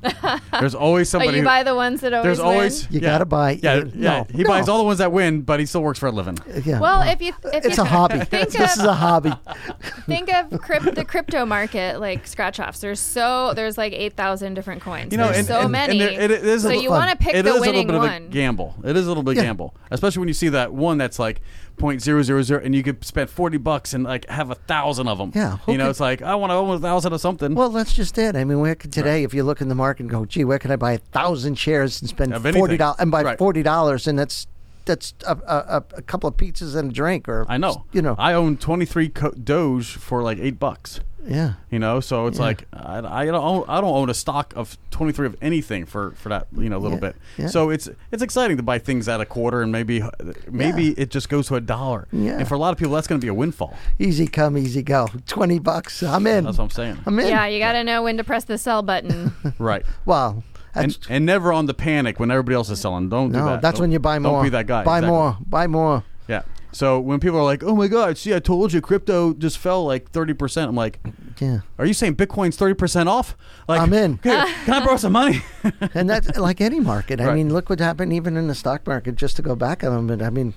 C: There's always
A: Oh,
C: somebody.
A: you
C: who-
A: buy the ones that always
C: there's
A: win?
C: always
B: You
C: yeah.
B: gotta buy-
C: Yeah,
B: you-
C: yeah.
B: no,
C: He buys
B: no.
C: all the ones that win, but he still works for a living.
B: Yeah.
A: Well, if you if
B: it's
A: you
B: a hobby.
A: think
B: this
A: of-
B: is a hobby.
A: Think of crypt, the crypto market, like scratch offs. There's so there's like eight thousand different coins.
C: You know,
A: there's
C: and,
A: so
C: and- and
A: many.
C: there- it is
A: so
C: a little
A: you
B: fun.
A: want to pick
C: It
A: the
C: is a little
A: winning
C: bit
A: one.
C: of a gamble. It is a little bit of a
B: Yeah.
C: gamble, especially when you see that one that's like point zero zero zero, and you could spend forty bucks and like have a thousand of them.
B: Yeah, who
C: you know,
B: could-
C: it's like I want to own a thousand of something.
B: Well, that's just it. I mean, where could today, if you look in the market and go, "Gee, where can I buy a thousand shares and spend
C: Of anything.
B: forty dollars and buy
C: Right.
B: forty dollars?" And that's that's a, a, a- a couple of pizzas and a drink, or
C: I know.
B: you know,
C: I own twenty three co- Doge for like eight bucks.
B: yeah.
C: You know, so it's like I, I don't own, I don't own a stock of twenty three of anything for for that you know little
B: Yeah,
C: bit.
B: yeah.
C: So it's it's exciting to buy things at a quarter and maybe maybe
B: Yeah.
C: it just goes to a dollar.
B: Yeah.
C: And for a lot of people, that's going to be a windfall.
B: Easy come, easy go. Twenty bucks, I'm in.
C: That's what I'm saying.
B: I'm in.
A: Yeah, you got to know when to press the sell button.
C: right.
B: Wow. That's,
C: And, and never on the panic when everybody else is selling. Don't do
B: no,
C: that.
B: that's
C: Don't-
B: when you buy more.
C: Don't be that guy.
B: Buy
C: Exactly.
B: more. Buy more.
C: Yeah. So when people are like, "Oh my God, see, I told you, crypto just fell like thirty percent," I'm like,
B: Yeah.
C: "Are you saying Bitcoin's thirty percent off?" Like,
B: I'm in.
C: "Okay, can I borrow some money?
B: and that's like any market. I
C: Right.
B: mean, look what happened even in the stock market. Just to go back on them, but I mean,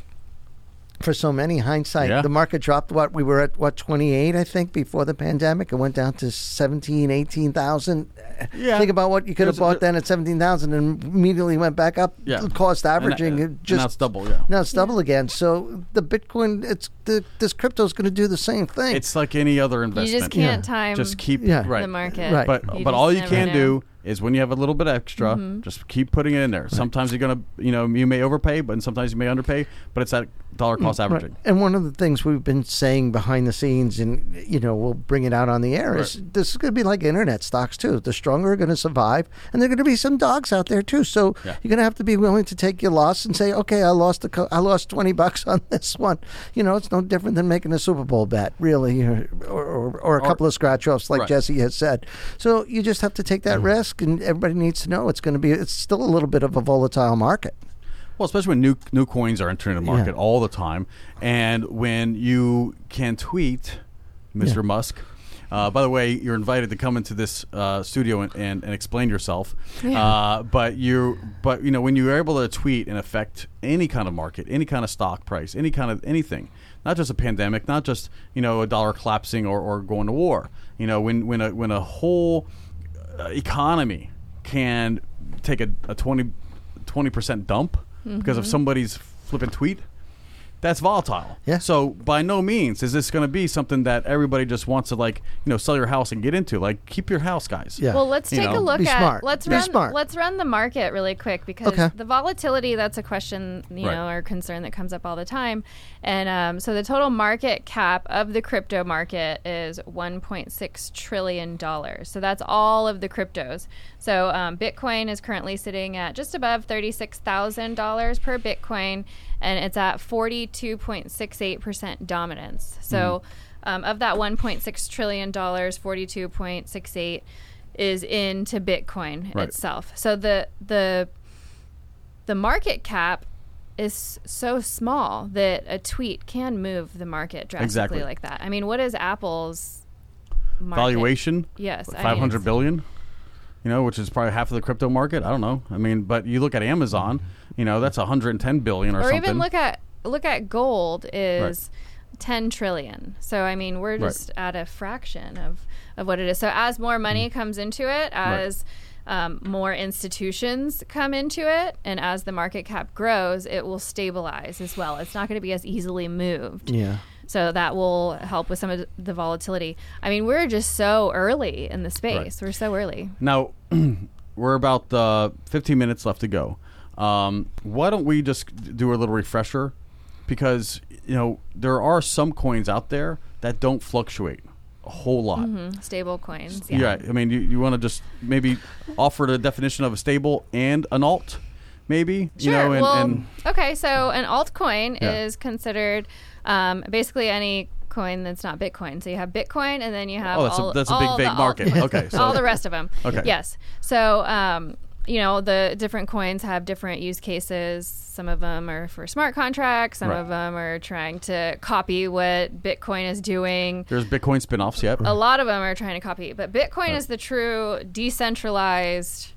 B: for so many. Hindsight,
C: Yeah.
B: the market dropped what? We were at what, 28, I think, before the pandemic. It went down to 17, 18,000.
C: Yeah.
B: Think about what you could
C: There's
B: have
C: a-
B: bought then at 17,000 and immediately went back up.
C: Yeah.
B: Cost averaging.
C: and,
B: it
C: uh, and
B: just,
C: now it's double. Yeah,
B: now it's double again. So the Bitcoin, it's the, this crypto is going to do the same thing.
C: it's like any other
A: You
C: investment.
A: just can't time
C: Just keep
B: Yeah.
C: right.
A: the market.
B: Right.
C: But
A: You
C: but
A: just
C: all you
A: never
C: can
A: know. Mm-hmm.
C: do is when you have a little bit extra, just keep putting it in there. Sometimes you're gonna you know you may overpay, but and sometimes you may underpay. But it's that dollar cost
B: Mm, Right.
C: averaging.
B: And one of the things we've been saying behind the scenes, and you know, we'll bring it out on the air, is this is going to be like internet stocks too. The stronger are going to survive, and there are going to be some dogs out there too. So
C: Yeah.
B: you're going to have to be willing to take your loss and say, okay, I lost a co- I lost twenty bucks on this one. You know, it's no different than making a Super Bowl bet, really, or or, or, or a couple of scratch offs, like
C: Right.
B: Jesse has said. So you just have to take that risk, and everybody needs to know it's going to be. It's still a little bit of a volatile market.
C: Well, especially when new new coins are entering the market all the time, and when you can tweet, Mr. Musk. Uh, by the way, you're invited to come into this uh, studio and, and, and explain yourself. Uh, but you, but you know, when you are able to tweet and affect any kind of market, any kind of stock price, any kind of anything, not just a pandemic, not just you know a dollar collapsing or, or going to war. You know, when when a when a whole uh, economy can take a, a 20 percent dump because of somebody's flipping tweet. That's volatile.
B: Yeah.
C: So by no means is this going to be something that everybody just wants to like you know sell your house and get into. Like keep your house, guys.
B: Yeah.
A: Well, let's
C: You
A: take
C: know.
A: a look
B: Be
A: at
B: smart.
A: let's
B: Be
A: run
B: smart.
A: let's run the market really quick because
B: Okay.
A: the volatility that's a question you
C: Right.
A: know or concern that comes up all the time, and um, so the total market cap of the crypto market is 1.6 trillion dollars. So that's all of the cryptos. So um, Bitcoin is currently sitting at just above thirty-six thousand dollars per Bitcoin, and it's at 42.68 percent dominance. So um, of that 1.6 trillion dollars, 42.68 is into Bitcoin
C: Right.
A: itself. So the the the market cap is so small that a tweet can move the market drastically
C: Exactly.
A: like that. I mean, what is Apple's market?
C: Valuation.
A: Yes, I mean,
C: Five hundred
A: it's-
C: billion. You know, which is probably half of the crypto market. I don't know. I mean, but you look at Amazon. You know, that's 110 billion or,
A: Or
C: something.
A: even look at look at gold is 10 trillion. So I mean, we're
C: Right.
A: just at a fraction of of what it is. So as more money
C: Mm.
A: comes into it, as um, more institutions come into it, and as the market cap grows, it will stabilize as well. It's not going to be as easily moved.
B: Yeah.
A: So that will help with some of the volatility. I mean, we're just so early in the space. We're so early.
C: Now, we're about uh, 15 minutes left to go. Um, why don't we just do a little refresher? Because, you know, there are some coins out there that don't fluctuate a whole lot.
A: Mm-hmm. Stable coins.
C: Yeah. I mean, you, you want to just maybe offer the definition of a stable and an alt, maybe?
A: Sure.
C: You know, and,
A: well,
C: and
A: okay. So an altcoin
C: Yeah.
A: is considered um, basically any coin that's not Bitcoin. So you have Bitcoin, and then you have
C: Oh, that's a-
A: all,
C: that's a big,
A: all
C: big
A: the alt-
C: market. Okay, so-
A: all the rest of them.
C: Okay.
A: Yes. So. Um, you know the different coins have different use cases. Some of them are for smart contracts. Some
C: Right.
A: of them are trying to copy what Bitcoin is doing.
C: there's Bitcoin spin offs yet.
A: a lot of them are trying to copy but bitcoin is the true decentralized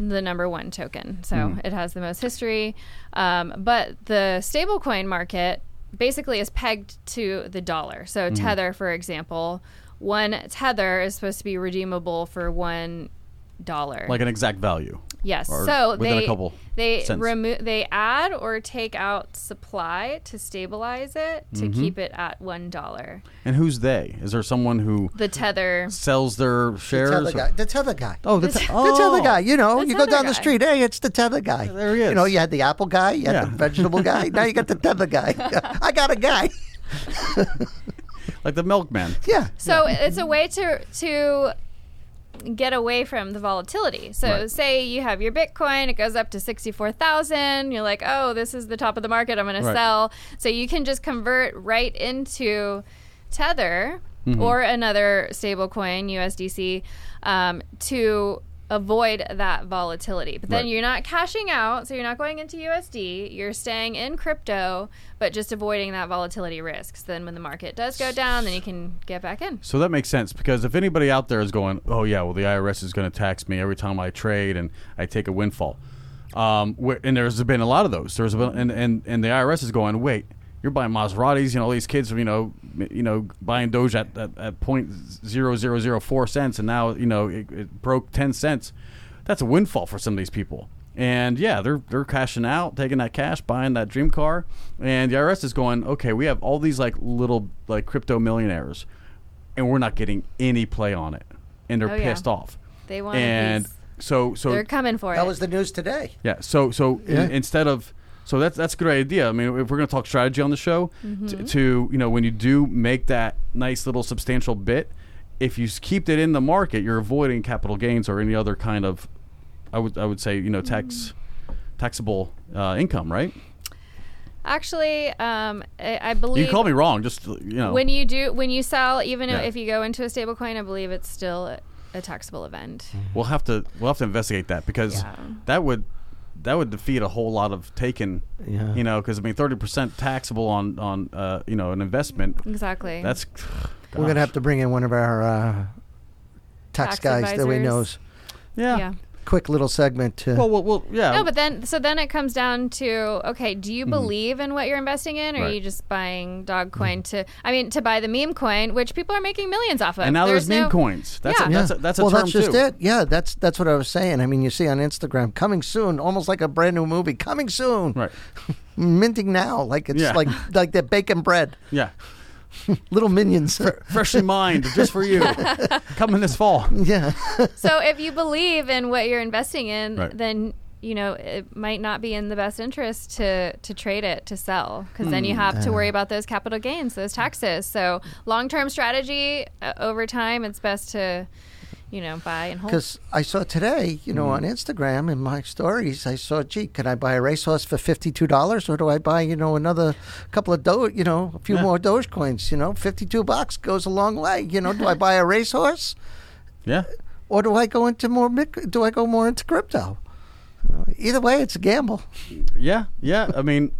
A: the number one token so
C: Hmm.
A: it has the most history um, but the stablecoin market basically is pegged to the dollar so
C: Hmm.
A: tether for example one tether is supposed to be redeemable for one dollar
C: like an exact value.
A: Yes.
C: or
A: so
C: within a
A: they
C: couple
A: they
C: cents.
A: remove they add or take out supply to stabilize it to
C: Mm-hmm.
A: keep it at one dollar.
C: And who's they? Is there someone who
A: The tether
C: sells their shares?
B: The tether guy. The tether guy.
C: Oh, the,
A: This-
C: te-
B: The tether
C: oh.
B: guy, you know,
A: The
B: you go
A: tether
B: down
A: guy.
B: the street, hey, it's the tether guy.
C: There he
B: You know,
C: is.
B: you had the apple guy, you had
C: Yeah.
B: the vegetable guy, now you got the tether guy. I got a guy.
C: Like the milkman.
B: Yeah.
A: So it's a way to to get away from the volatility. So
C: Right.
A: say you have your Bitcoin, it goes up to 64,000, you're like, "Oh, this is the top of the market. I'm going
C: Right.
A: to sell." So you can just convert right into Tether
C: Mm-hmm.
A: or another stablecoin, USDC, um, to avoid that volatility. But then
C: Right.
A: you're not cashing out, so you're not going into USD, you're staying in crypto, but just avoiding that volatility risk. So then when the market does go down, then you can get back in.
C: So that makes sense because if anybody out there is going, oh yeah, well the IRS is going to tax me every time I trade and I take a windfall, um, where, and there's been a lot of those. There's been and, and and the IRS is going, wait, you're buying Maseratis. You know, all these kids, you know, m- you know, buying Doge at at, at point zero zero zero four cents, and now you know it, it broke ten cents. That's a windfall for some of these people. And yeah, they're they're cashing out, taking that cash, buying that dream car, and the IRS is going, okay, we have all these like little like crypto millionaires, and we're not getting any play on it, and they're
A: Oh, yeah.
C: pissed off.
A: They want a
C: and
A: piece.
C: so so
A: They're coming for
B: That
A: it.
B: was the news today.
C: yeah. So so in-
B: Yeah.
C: instead of so that's that's a great idea. I mean, if we're going to talk strategy on the show,
A: Mm-hmm.
C: t- to you know when you do make that nice little substantial bit, if you s- keep it in the market, you're avoiding capital gains or any other kind of, I would I would say you know tax
A: Mm-hmm.
C: taxable uh, income, right?
A: Actually, um, I, I believe
C: You call me wrong, just you know.
A: when you do when you sell, even
C: Yeah.
A: if you go into a stable coin, I believe it's still a, a taxable event.
C: we'll have to we'll have to investigate that because
A: Yeah.
C: that would that would defeat a whole lot of taken.
B: Yeah.
C: You know, because I mean, thirty percent taxable on on uh, you know an investment.
A: Exactly.
C: That's
B: We're going to have to bring in one of our uh,
A: Tax
B: tax, guys that we
A: advisors.
B: knows.
C: yeah.
A: yeah.
B: Quick little segment to
C: Well, well, well, yeah.
A: No, but then so then it comes down to okay, do you believe in what you're investing in, or are
C: Mm-hmm. Right. Mm-hmm.
A: you just buying dog coin to? I mean, to buy the meme coin, which people are making millions off of.
C: and now there's, meme
A: no-
C: coins. That's
A: Yeah.
C: a, that's a, that's a
B: well,
C: term
B: that's just
C: too.
B: it. Yeah, that's that's what I was saying. I mean, you see on Instagram, coming soon, almost like a brand new movie, coming soon.
C: Right.
B: Minting now, like it's
C: Yeah.
B: like like they're baking bread.
C: Yeah.
B: Little minions.
C: Freshly mined, just for you. Coming this fall.
B: yeah.
A: So if you believe in what you're investing in,
C: Right.
A: then you know it might not be in the best interest to to trade it to sell because then you have to worry about those capital gains, those taxes. So long term strategy uh, over time, it's best to you know buy
C: Oh.
A: and hold.
B: Because I saw today, you know,
C: Hmm.
B: on Instagram in my stories, I saw, gee, can I buy a racehorse for fifty-two dollars, or do I buy, you know, another couple of do, you know, a few
C: Yeah.
B: more Doge coins? You know, fifty-two bucks goes a long way. You know, do I buy a racehorse,
C: Yeah.
B: or do I go into more? mic- Do I go more into crypto? You know, Either way, it's a gamble.
C: Yeah. Yeah. I mean,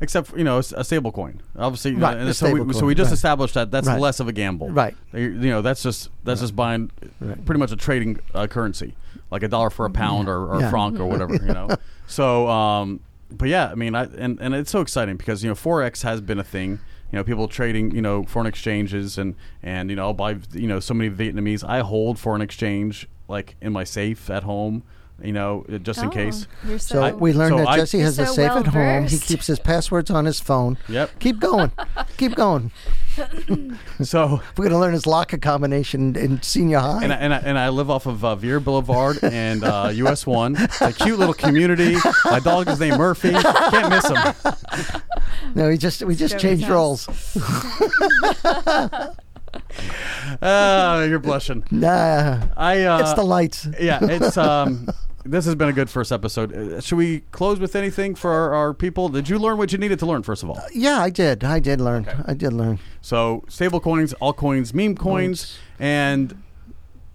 C: except for, you know, it's a stable coin. Obviously, you know,
B: Right,
C: and
B: a
C: so we
B: stable
C: so we
B: coin,
C: just
B: right.
C: established that that's
B: Right.
C: less of a gamble.
B: Right.
C: You you know, that's just that's just buying
B: Right. Mm-hmm.
C: pretty much a trading uh, currency, like a dollar for a pound or, or
B: Yeah.
C: a franc or whatever. You know. So, um, but yeah, I mean, I and, and it's so exciting because you know forex has been a thing. You know, people trading you know foreign exchanges and and you know I'll buy you know so many Vietnamese. I hold foreign exchange like in my safe at home. You know, just in
A: Oh,
C: case.
A: you're
B: So
A: so,
B: we learned
C: so
B: that
C: I-
B: Jesse has
A: You're
B: a
A: so
B: safe at home. He
A: well-versed.
B: keeps his passwords on his phone.
C: Yep.
B: Keep going. Keep going.
C: So
B: We're going to learn his locker combination in senior high.
C: and I, and I, and I live off of uh, Veer Boulevard and uh, US One. It's a cute little community. My dog is named Murphy. Can't miss him.
B: no, we just we just
A: Joey's
B: changed
A: house.
B: roles.
C: Ah, you're blushing.
B: Nah,
C: I. Uh,
B: it's the lights.
C: yeah, it's um. This has been a good first episode. Uh, should we close with anything for our, our people? Did you learn what you needed to learn first of all?
B: Yeah, I did. I did learn. I did learn.
C: So stable coins, all coins, meme coins, and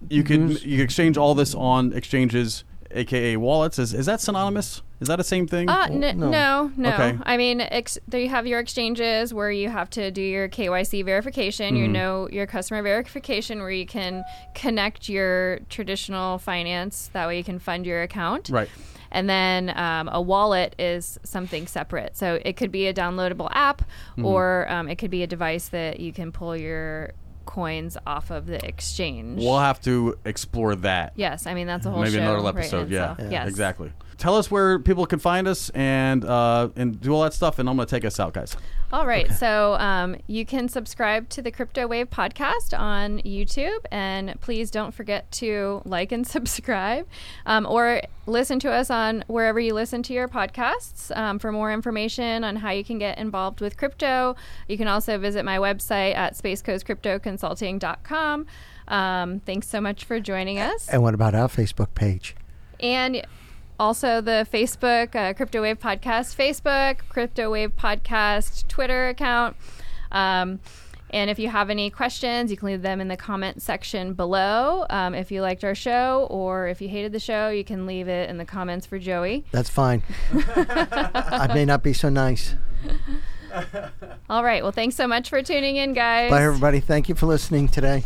C: you can you can exchange all this on exchanges, aka wallets. Is is that synonymous? Is that the same thing?
A: Uh, n-
B: no.
A: no, no.
C: Okay.
A: I mean, ex- there you have your exchanges where you have to do your KYC verification,
C: Mm-hmm.
A: you know, your customer verification, where you can connect your traditional finance. That way, you can fund your account.
C: right.
A: And then um, a wallet is something separate. So it could be a downloadable app,
C: Mm-hmm.
A: or um, it could be a device that you can pull your coins off of the exchange.
C: We'll have to explore that.
A: Yes, I mean that's a whole
C: Maybe
A: show
C: another
A: right in
C: episode. yeah.
A: itself. Yes.
C: Exactly. Tell us where people can find us and uh, and do all that stuff, and I'm going to take us out, guys.
A: All right. So um, you can subscribe to the Crypto Wave podcast on YouTube. And please don't forget to like and subscribe um, or listen to us on wherever you listen to your podcasts um, for more information on how you can get involved with crypto. You can also visit my website at spacecoastcryptoconsulting.com. Um, thanks so much for joining us.
B: And what about our Facebook page?
A: And also the Facebook uh, Crypto Wave Podcast, Facebook Crypto Wave Podcast Twitter account. Um, and if you have any questions, you can leave them in the comment section below. Um, if you liked our show or if you hated the show, you can leave it in the comments for Joey.
B: That's fine. I may not be so nice.
A: All right. Well, thanks so much for tuning in, guys.
B: Bye, everybody. Thank you for listening today.